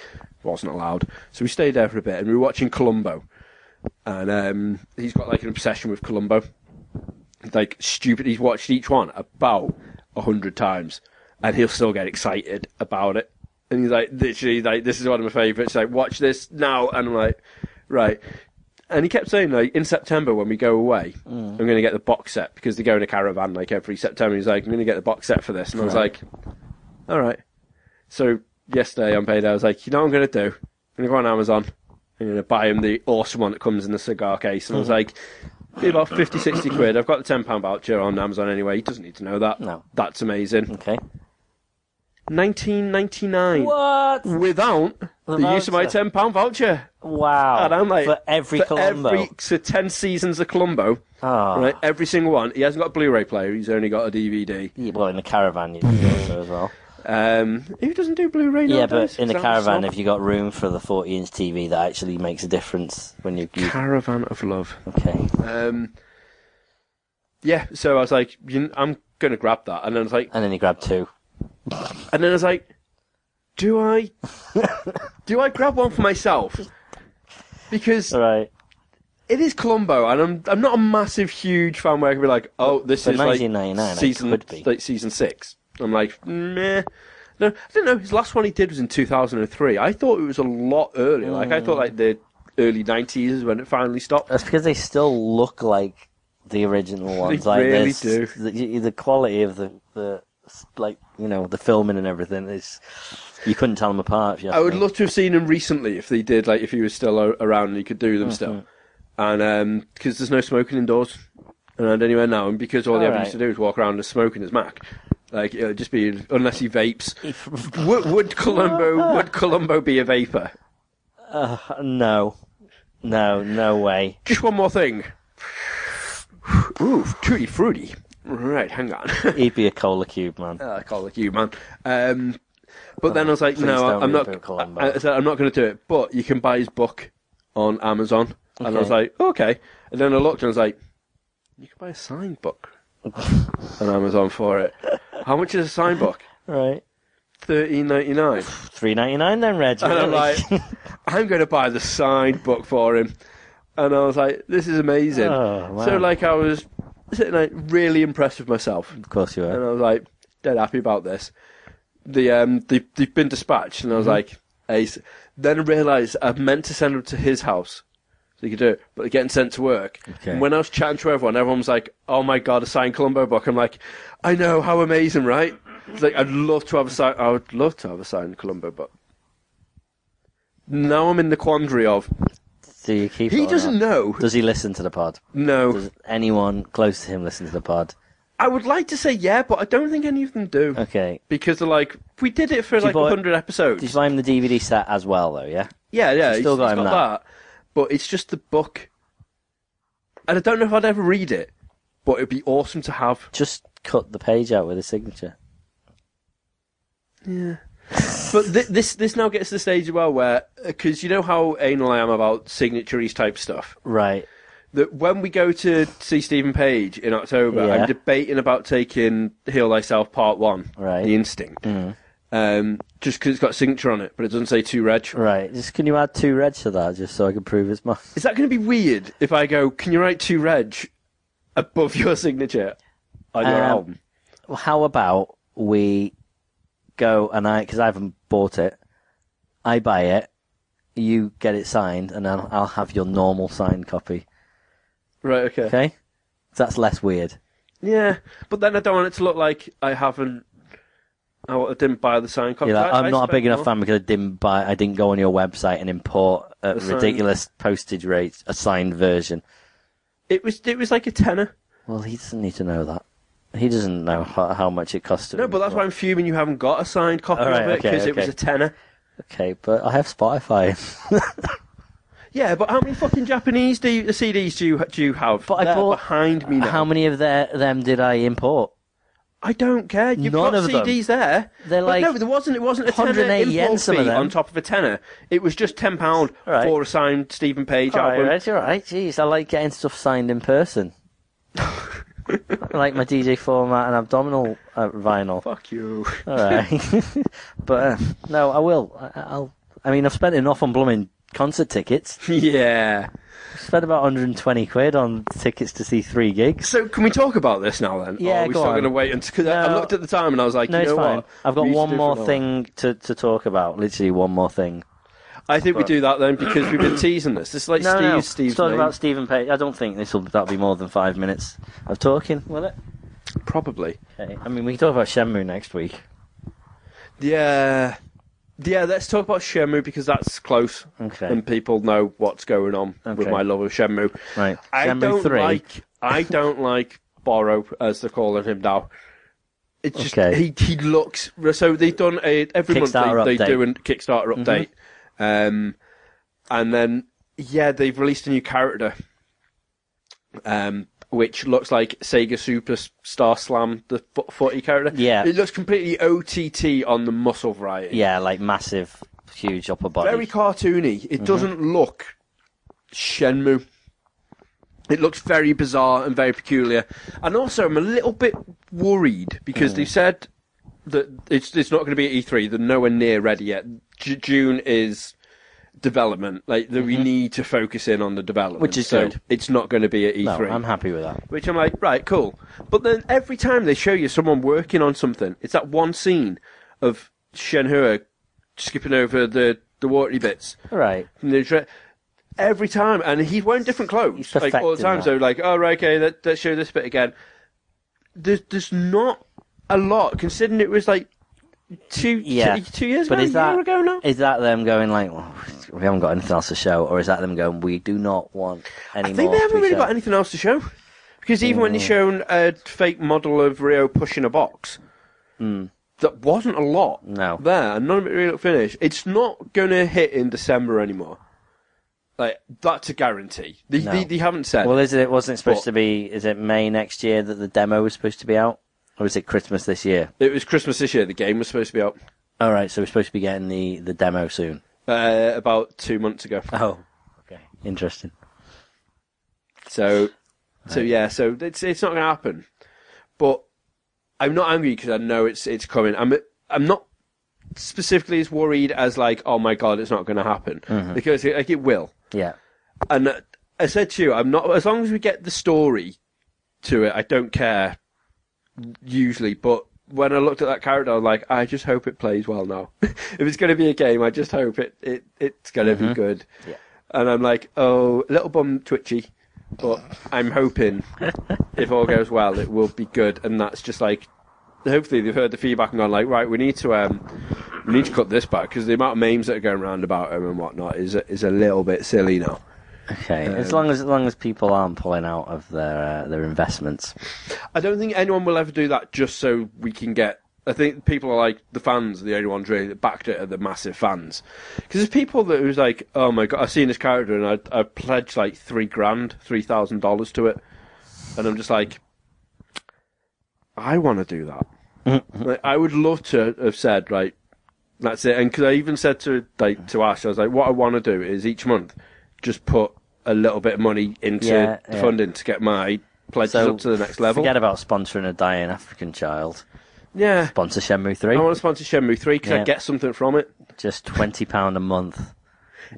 C: Wasn't allowed. So we stayed there for a bit, and we were watching Columbo and um, he's got like an obsession with Columbo. like stupid. He's watched each one about a hundred times, and he'll still get excited about it. And he's like, literally, like this is one of my favorites. Like, watch this now, and I'm like, right. And he kept saying, like, in September when we go away,
B: Mm.
C: I'm going to get the box set because they go in a caravan like every September. He's like, I'm going to get the box set for this, and I was like, all right. So yesterday on payday, I was like, you know what I'm going to do? I'm going to go on Amazon. I'm going to buy him the awesome one that comes in the cigar case.
B: Mm.
C: And I was like, be about 50, 60 quid. I've got the £10 voucher on Amazon anyway. He doesn't need to know that.
B: No.
C: That's amazing.
B: Okay.
C: 1999
B: What?
C: Without the, use of my
B: voucher.
C: £10 voucher.
B: Wow.
C: And I'm like,
B: for every
C: for
B: Columbo.
C: every- so 10 seasons of Columbo.
B: Ah.
C: Right, every single one. He hasn't got a Blu ray player, he's only got a DVD.
B: Yeah, well, in the caravan you do also as well.
C: Um, who doesn't do Blu ray
B: yeah, but in the caravan, have you got room for the 40-inch TV, that actually makes a difference when you. you
C: Caravan of Love.
B: okay.
C: Um, yeah, so I was like, you, I'm going to grab that. And then I was like,
B: And then you grab two.
C: and then I was like, do I, do I grab one for myself? Because
B: All right.
C: it is Columbo, and I'm I'm not a massive huge fan where I could be like, oh, this
B: But
C: is like
B: 1999, it
C: season
B: could be.
C: like season six. I'm like, meh. No, I don't know. His last one he did was in 2003. I thought it was a lot earlier. Like I
B: Mm.
C: thought like the early 90s is when it finally stopped.
B: That's because they still look like the original ones. like
C: really
B: there's-
C: do.
B: The, the quality of the, the like you know the filming and everything is you couldn't tell them apart. If you asked
C: I would
B: me.
C: love to have seen him recently if they did like if he was still a- around and he could do them still. And because there's no smoking indoors around anywhere now, and because all he ever
B: Alright.
C: used to do is walk around and smoke in his Mac. Like it would just be unless he vapes. would, would Columbo would Columbo be a vapor?
B: No, no, no way.
C: Just one more thing. Ooh, tutti fruity. Right, hang on.
B: He'd be a cola cube man.
C: Uh, I call like you, man. Um, but then I was like,
B: please
C: no,
B: don't
C: I'm not.
B: reboot Columbo.
C: I I said I'm not going to do it. But you can buy his book on Amazon, and I was like, okay. And then I looked and I was like, you can buy a signed book on Amazon for it. How much is a signed book?
B: Right.
C: Thirteen ninety nine.
B: Three ninety nine then, Reg.
C: And I'm
B: really.
C: like, I'm going to buy the signed book for him. And I was like, this is amazing.
B: Oh, wow.
C: So like I was sitting like really impressed with myself
B: of course you
C: and
B: are.
C: I was like, dead happy about this. The um, they, they've been dispatched, and I was like, ace. Then I realised I meant to send them to his house, so he could do it, but they're getting sent to work.
B: Okay.
C: And when I was chatting to everyone, everyone was like, oh my god, a signed Columbo book. I'm like, I know, how amazing, right? It's like, I'd love to have a signed, I would love to have a signed Columbo book. Now I'm in the quandary of,
B: Do you keep? it
C: he
B: or
C: doesn't
B: not?
C: know.
B: Does he listen to the pod?
C: No.
B: Does anyone close to him listen to the pod?
C: I would like to say yeah, but I don't think any of them do.
B: Okay.
C: Because they're like, we did it for like
B: buy-
C: 100 episodes.
B: Did you buy him the DVD set as well, though? Yeah.
C: Yeah, yeah, he's,
B: still got
C: he's
B: him
C: got that. But it's just the book, and I don't know if I'd ever read it, but it'd be awesome to have.
B: Just cut the page out with his signature.
C: But th- this this now gets to the stage as well where because you know how anal I am about signatories type stuff.
B: Right.
C: That when we go to see Stephen Page in October,
B: Yeah.
C: I'm debating about taking Heal Thyself Part One,
B: Right. Mm-hmm.
C: The Instinct, um, just because it's got a signature on it, but it doesn't say two reg.
B: Right. Just can you add two reds to that, just so I can prove it's mine?
C: Is that going to be weird if I go? Can you write two reg above your signature on your
B: Um,
C: album?
B: Well, How about we go and I, because I haven't bought it, I buy it, you get it signed, and I'll, I'll have your normal signed copy.
C: Right, okay.
B: Okay. So that's less weird.
C: Yeah, but then I don't want it to look like I haven't. I I didn't buy the signed copy.
B: You're like,
C: I-
B: I'm
C: I
B: not a
C: spent
B: big enough
C: more-
B: fan because I didn't buy, I didn't go on your website and import at
C: signed-
B: ridiculous postage rates a signed version.
C: It was it was like a tenner.
B: Well, he doesn't need to know that. He doesn't know how, how much it cost him.
C: No, but that's why I'm fuming. You haven't got a signed copy
B: All right,
C: of it
B: okay,
C: because it was
B: okay.
C: a tenner.
B: Okay, but I have Spotify.
C: Yeah, but how many fucking Japanese do you, CDs do you do you have?
B: But I
C: They're
B: bought-
C: behind me now.
B: How many of their, them did I import?
C: I don't care. You've
B: None
C: got
B: of them.
C: CDs there.
B: They're
C: But
B: like
C: no, there wasn't. It wasn't a tenner
B: 108 yen,
C: import
B: some
C: fee
B: of them.
C: on top of a tenner. It was just ten pound
B: All right.
C: for a signed Stephen Page
B: Alright,
C: album.
B: Reg, alright. Jeez, I like getting stuff signed in person. I like my DJ format and abdominal uh, vinyl.
C: Fuck you.
B: Uh. Alright. but, uh, no, I will. I, I'll. I mean, I've spent enough on blooming concert tickets.
C: yeah.
B: Spent about 120 quid on tickets to see three gigs.
C: So can we talk about this now then?
B: Yeah,
C: or are we
B: go
C: still
B: on.
C: going to wait? Because I
B: No.
C: looked at the time and I was like,
B: No,
C: you
B: it's
C: know
B: fine.
C: what?
B: I've
C: We
B: got
C: need to
B: one
C: do
B: more
C: something else.
B: thing to, to talk about. Literally, one more thing.
C: I think we do that then because we've been teasing this. This is like
B: No,
C: Steve.
B: no.
C: Steve's
B: Let's talk
C: name.
B: about Stephen Page. I don't think this will that'll be more than five minutes of talking, will it?
C: probably.
B: Okay. I mean, we can talk about Shenmue next week.
C: Yeah. Yeah, let's talk about Shenmue because that's close,
B: Okay.
C: and people know what's going on with
B: Okay.
C: my love of Shenmue.
B: Right.
C: I
B: Shenmue
C: don't
B: 3.
C: like. I don't like Borrow as they're calling him now. It's just
B: Okay.
C: he he looks so they've done a every month
B: Kickstarter
C: they, they
B: update. Mm-hmm.
C: do a Kickstarter update, um, and then yeah they've released a new character, um, which looks like Sega Super Star Slam the fo- footy character.
B: Yeah.
C: it looks completely OTT on the muscle variety.
B: Yeah, like massive, huge upper body.
C: very cartoony. It
B: Mm-hmm.
C: doesn't look Shenmue. It looks very bizarre and very peculiar. And also, I'm a little bit worried because
B: Mm.
C: they said that it's it's not going to be at E3. They're nowhere near ready yet. J- June is development. Like that we need to focus in on the development.
B: Mm-hmm. Which is
C: so
B: good.
C: It's not going to be at E
B: no,
C: E3.
B: I'm happy with that.
C: which I'm like, right, cool. But then every time they show you someone working on something, it's that one scene of Shenhua skipping over the the watery bits
B: All right.
C: from the tra- every time, and he's wearing different clothes
B: He's
C: like all the
B: perfecting
C: time.
B: that.
C: So like, oh right, okay, let, let's show this bit again. There's there's not a lot considering it was like two
B: Yeah.
C: two, two years
B: but
C: ago,
B: is
C: a
B: that,
C: year ago now.
B: Is that them going like, "Well, we haven't got anything else to show, or is that them going, we do not want any
C: I think
B: more
C: they haven't
B: to be
C: really
B: shown?
C: got anything else to show because even when they
B: Mm.
C: shown a fake model of Rio pushing a box. That wasn't a lot
B: Mm. No.
C: there, and none of it really looked finished. It's not going to hit in December anymore. Like that's a guarantee. They,
B: No.
C: they, they haven't said.
B: Well, is it? Wasn't it supposed to
C: Uh, But-
B: be? Is it May next year that the demo was supposed to be out, or is it Christmas this year?
C: It was Christmas this year. The game was supposed to be out
B: All right, so we're supposed to be getting the the demo soon.
C: uh, about two months ago.
B: Oh, okay, interesting.
C: So, so yeah. So it's it's not going to happen. But I'm not angry because I know it's it's coming. I'm I'm not specifically as worried as like, oh my god, it's not going to happen because it, like it will.
B: Yeah,
C: And uh, I said to you, I'm not as long as we get the story to it. I don't care usually, but. When I looked at that character, I was like, I just hope it plays well now. if it's going to be a game, I just hope it, it it's going to be good.
B: yeah.
C: and I'm like, oh, a little bum twitchy, but I'm hoping if all goes well, it will be good. And that's just like, hopefully they've heard the feedback and gone like, right, we need to um, we need to cut this back because the amount of memes that are going around about him and whatnot is is a little bit silly now. Uh,
B: Okay, as long as as long as people aren't pulling out of their uh, their investments.
C: I don't think anyone will ever do that just so we can get. I think people are like the fans are the only ones really that backed it are the massive fans, because there's people that was like, oh my god, I've seen this character and I I pledged like three grand, three thousand dollars to it, and I'm just like, I want to do that.
B: Mm-hmm.
C: like, I would love to have said like, that's it, and because I even said to like to Ash, I was like, what I want to do is each month just put a little bit of money into
B: Yeah,
C: the
B: yeah.
C: funding to get my pledges up to the next level.
B: Forget about sponsoring a dying African child.
C: Yeah.
B: Sponsor Shenmue Three.
C: I want to sponsor Shenmue 3 because I
B: Yeah.
C: get something from it.
B: Just twenty pound a month.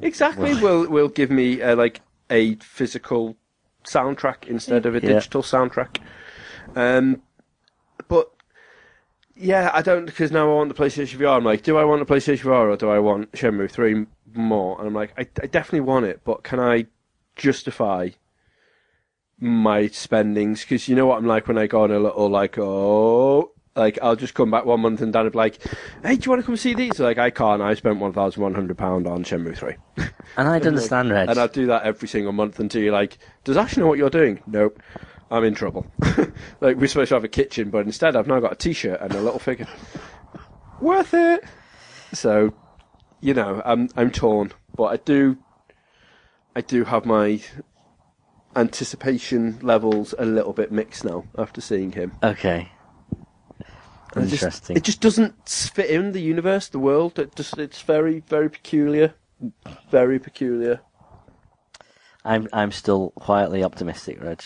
C: Exactly. will will give me uh, like a physical soundtrack instead of a
B: Yeah.
C: digital soundtrack. Um, but yeah, I don't because now I want the PlayStation VR. I'm like, do I want the PlayStation VR or do I want Shenmue 3 more? And I'm like, I, I definitely want it, but can I justify my spendings? Because you know what I'm like when I go on a little like, oh. Like I'll just come back one month and Dad will be like, "Hey, do you want to come see these?" Like I can't. I spent one thousand one hundred pound on Shenmue three.
B: And I'd understand, Reg.
C: And I do that every single month until you're like, does Ash know what you're doing? Nope. I'm in trouble. like, we're supposed to have a kitchen, but instead I've now got a t shirt and a little figure. Worth it! So, you know, I'm, I'm torn, but I do, I do have my anticipation levels a little bit mixed now after seeing him.
B: okay.
C: I just-
B: Interesting.
C: it just doesn't fit in the universe, the world. It just, it's very, very peculiar. Very peculiar.
B: I'm I'm still quietly optimistic, Reg.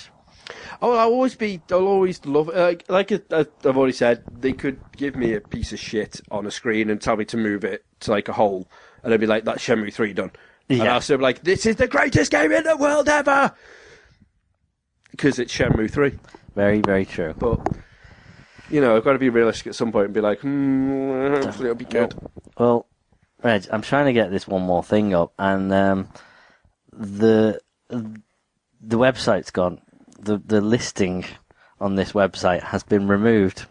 C: Oh, I'll always be. I'll always love. uh, Like, like I- I've already said, they could give me a piece of shit on a screen and tell me to move it to like a hole, and I'd be like, "That's Shenmue three done." And
B: Yeah.
C: also like, this is the greatest game in the world ever. Because it's Shenmue 3.
B: Very, very true.
C: But, you know, I've got to be realistic at some point and be like, hmm, hopefully it'll be good.
B: Well, Reg, I'm trying to get this one more thing up, and um, the the website's gone. The the listing on this website has been removed.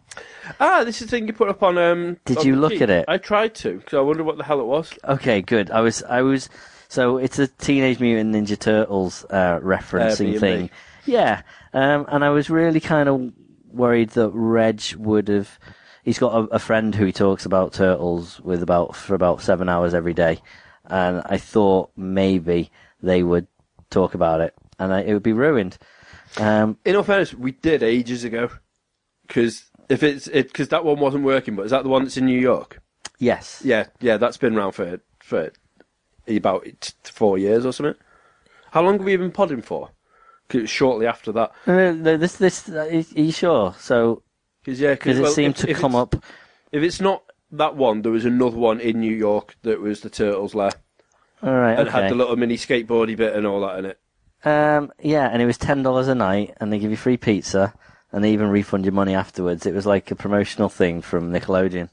C: Ah, this is the thing you put up on. Um,
B: Did
C: on
B: you
C: the
B: look
C: sheet.
B: at it?
C: I tried to, because I wondered what the hell it was.
B: Okay, good. I was I was so it's a Teenage Mutant Ninja Turtles uh, referencing
C: Airbnb.
B: thing. Yeah, um, and I was really kind of worried that Reg would have. He's got a, a friend who he talks about turtles with about for about seven hours every day, and I thought maybe they would talk about it, and I, it would be ruined. Um,
C: In all fairness, we did ages ago. Because if it's it because that one wasn't working, but is that the one that's in New York?
B: yes,
C: Yeah, yeah, that's been around for for about t- four years or something. How long have we been podding for? 'Cause it was shortly after that.
B: No, no, no, this this uh, are you sure? So
C: Because yeah,
B: because it
C: well,
B: seemed
C: if-
B: to
C: if
B: come
C: it's-
B: up.
C: If it's not that one, there was another one in New York that was the Turtles lair
B: All right,
C: and
B: okay.
C: had the little mini skateboardy bit and all that in it.
B: Um, yeah, and it was ten dollars a night, and they give you free pizza, and they even refund your money afterwards. It was like a promotional thing from Nickelodeon.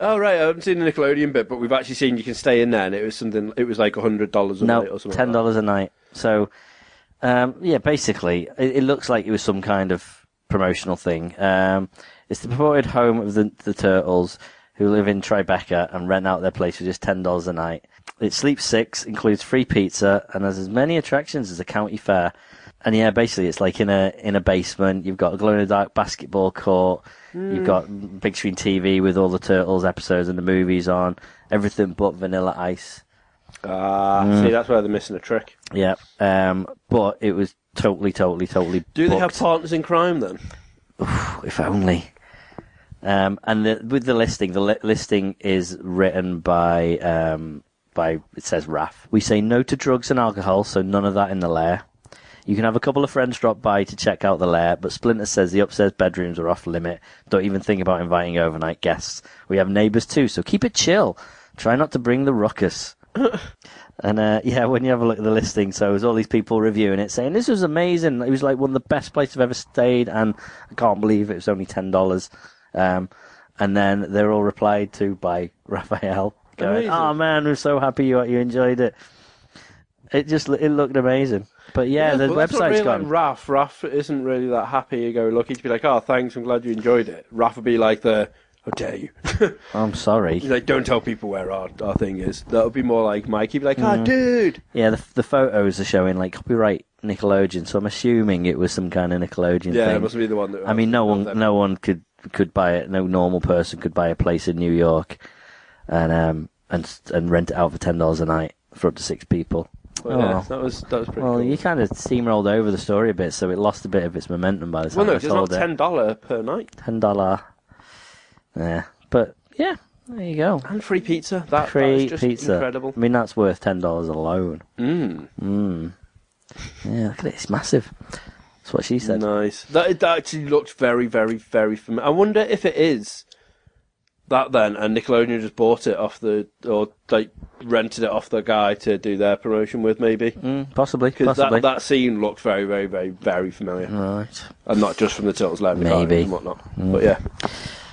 C: Oh right, I haven't seen the Nickelodeon bit, but we've actually seen you can stay in there, and it was something. It was like hundred dollars a night
B: No,
C: or something.
B: ten
C: like
B: dollars a night. So, um, yeah, basically, it, it looks like it was some kind of promotional thing. Um, it's the purported home of the, the turtles who live in Tribeca and rent out their place for just ten dollars a night. It sleeps six, includes free pizza, and has as many attractions as a county fair. And yeah, basically, it's like in a in a basement. You've got a glow in the dark basketball court.
C: Hmm.
B: You've got big screen TV with all the turtles episodes and the movies on. Everything but Vanilla Ice.
C: that. Ah,
B: Mm.
C: see, that's where they're missing a trick.
B: Yeah. Um, but it was totally, totally, totally.
C: Do they have
B: booked,
C: partners in crime then?
B: if only? Um, and the, with the listing, the li- listing is written by um, by it says Raf. We say no to drugs and alcohol, so none of that in the lair. You can have a couple of friends drop by to check out the lair, but Splinter says the upstairs bedrooms are off limit. Don't even think about inviting overnight guests. We have neighbours too, so keep it chill. Try not to bring the ruckus. And uh, yeah, when you have a look at the listing, so it was all these people reviewing it, saying this was amazing. It was like one of the best places I've ever stayed, and I can't believe it was only ten dollars. Um, and then they're all replied to by Raphael, going,
C: Amazing.
B: "Oh man, we're so happy you you enjoyed it. It just it looked amazing." But yeah, the
C: well, that's not
B: website's
C: really
B: gone.
C: Like Raf, Raf isn't really that happy. You go lucky to be like, oh, thanks, I'm glad you enjoyed it. Raf would be like the, how dare you?
B: I'm sorry.
C: He's like, don't tell people where our, our thing is. That would be more like Mike. He'd be like,
B: Mm.
C: ah, dude.
B: Yeah, the, the photos are showing like copyright Nickelodeon, so I'm assuming it was some kind of Nickelodeon
C: Yeah,
B: thing.
C: it must be the one that.
B: I mean, no one,
C: them.
B: no one could could buy it. No normal person could buy a place in New York, and um and s- and rent it out for ten dollars a night for up to six people.
C: But, yeah,
B: Oh.
C: that was that was pretty.
B: Well,
C: cool.
B: you kind of steamrolled over the story a bit, so it lost a bit of its momentum by the time
C: well, no,
B: I
C: it's not
B: sold it.
C: ten dollar per night
B: Ten dollar. Yeah, but yeah, there you go.
C: and free pizza. That, that
B: Free
C: is just
B: pizza.
C: incredible.
B: I mean, that's worth ten dollars alone.
C: Mm,
B: Yeah, look at it. It's massive. That's what she said.
C: nice. That it actually looked very, very, very familiar. I wonder if it is that then, and Nickelodeon just bought it off the or like rented it off the guy to do their promotion with, maybe.
B: Mm, possibly,
C: Because
B: possibly.
C: that, that scene looked very, very, very, very familiar.
B: Right.
C: And not just from the Turtles Land
B: Maybe. Mm.
C: and whatnot. But yeah.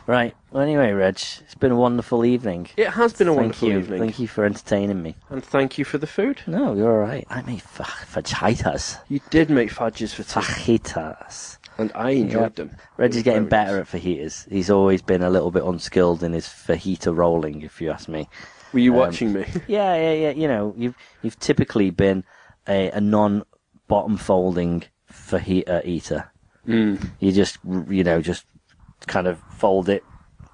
B: Right. Well, anyway, Reg, it's been a wonderful evening.
C: It has been a wonderful
B: thank you.
C: evening.
B: Thank you for entertaining me.
C: And thank you for the food.
B: No, you're alright. I made fa- fajitas.
C: You did make fudges for tea.
B: Fajitas.
C: and I enjoyed
B: Yep.
C: them. It
B: Ah. Reggie's
C: was
B: getting
C: very nice.
B: better at fajitas. He's always been a little bit unskilled in his fajita rolling, if you ask me.
C: Were
B: Um,
C: you watching me?
B: Yeah, yeah, yeah. You know, you've you've typically been a, a non bottom folding fajita eater. Mm. You just you know just kind of fold it,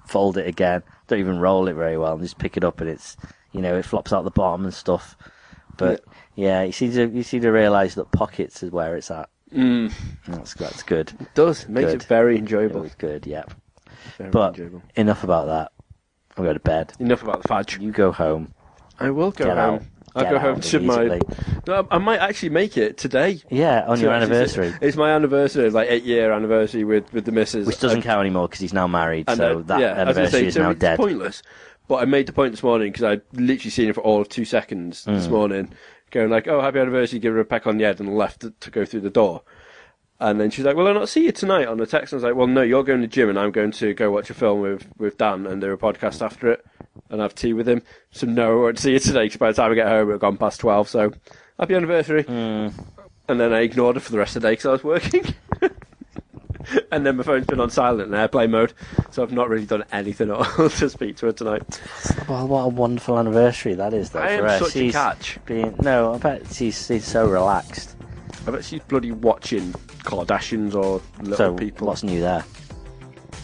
B: fold it again. Don't even roll it very well, and just pick it up, and it's you know it flops out the bottom and stuff. But yeah, you seem to you seem to realise that pockets is where it's at.
C: Mm.
B: That's that's good.
C: It does. It makes
B: Good.
C: it very
B: It
C: enjoyable.
B: was good. Yep.
C: Very
B: But
C: enjoyable.
B: enough about that. I'll go to bed.
C: Enough about the fudge.
B: You go home.
C: I will go
B: Get
C: home.
B: out.
C: I'll
B: Get
C: go
B: out
C: home to my.
B: immediately.
C: No, I I might actually make it today.
B: Yeah, on
C: To
B: your
C: actually-
B: anniversary.
C: It's my anniversary, it's like eight year anniversary with, with the missus.
B: Which doesn't
C: And-
B: count anymore because he's now married,
C: and,
B: so
C: uh,
B: that
C: yeah, I was gonna
B: anniversary
C: say,
B: is
C: so
B: now
C: it's
B: dead.
C: pointless. But I made the point this morning because I'd literally seen it for all of two seconds this
B: Mm.
C: morning, going like, "Oh, happy anniversary!" Give her a peck on the head and left to, to go through the door. And then she's like, "Well, I'll not see you tonight." On the text, and I was like, "Well, no, you're going to the gym, and I'm going to go watch a film with, with Dan and do a podcast after it, and have tea with him." So no, I won't see you today. 'cause by the time I get home, it'll have gone past twelve. So happy anniversary.
B: Mm.
C: And then I ignored her for the rest of the day because I was working. and then my phone's been on silent and airplane mode, so I've not really done anything at all to speak to her tonight.
B: Well, what a wonderful anniversary that is, though.
C: I
B: for
C: am
B: her.
C: such a
B: she's
C: catch.
B: Being, no, I bet she's, she's so relaxed.
C: I bet she's bloody watching Kardashians or little
B: so, Mm.
C: people.
B: what's new there?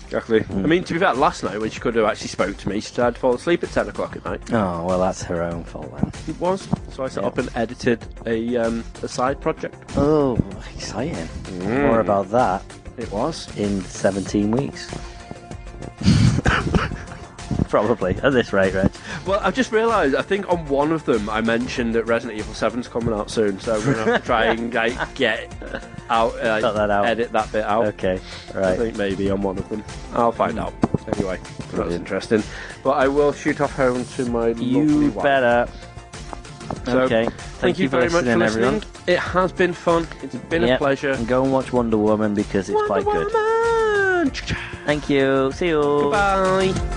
C: Exactly. I mean, to be fair, last night when she could have actually spoke to me, she had to fall asleep at 10 o'clock at night.
B: Oh, well, that's her own fault then.
C: It was. So I set
B: Yeah.
C: up and edited a, um, a side project.
B: Oh, exciting.
C: Mm.
B: More about that
C: It was.
B: in 17 weeks. Probably, at this rate, Reg.
C: Well, I've just realised, I think on one of them I mentioned that Resident Evil 7's coming out soon, so we're going to have to try and like, get out, uh,
B: Cut that out.
C: edit that bit out.
B: Okay,
C: I
B: right. Hmm.
C: think maybe on one of them. I'll find out. Anyway, that's
B: Brilliant.
C: interesting. But I will shoot off home to my lovely
B: You
C: wife.
B: better.
C: So,
B: okay, thank,
C: Thank, you
B: for
C: very much
B: listening,
C: for
B: everyone.
C: listening. It has been fun. It's been a
B: Yep,
C: pleasure.
B: And go and watch Wonder Woman because it's
C: Wonder
B: quite good.
C: Woman.
B: Thank you. See you.
C: Goodbye.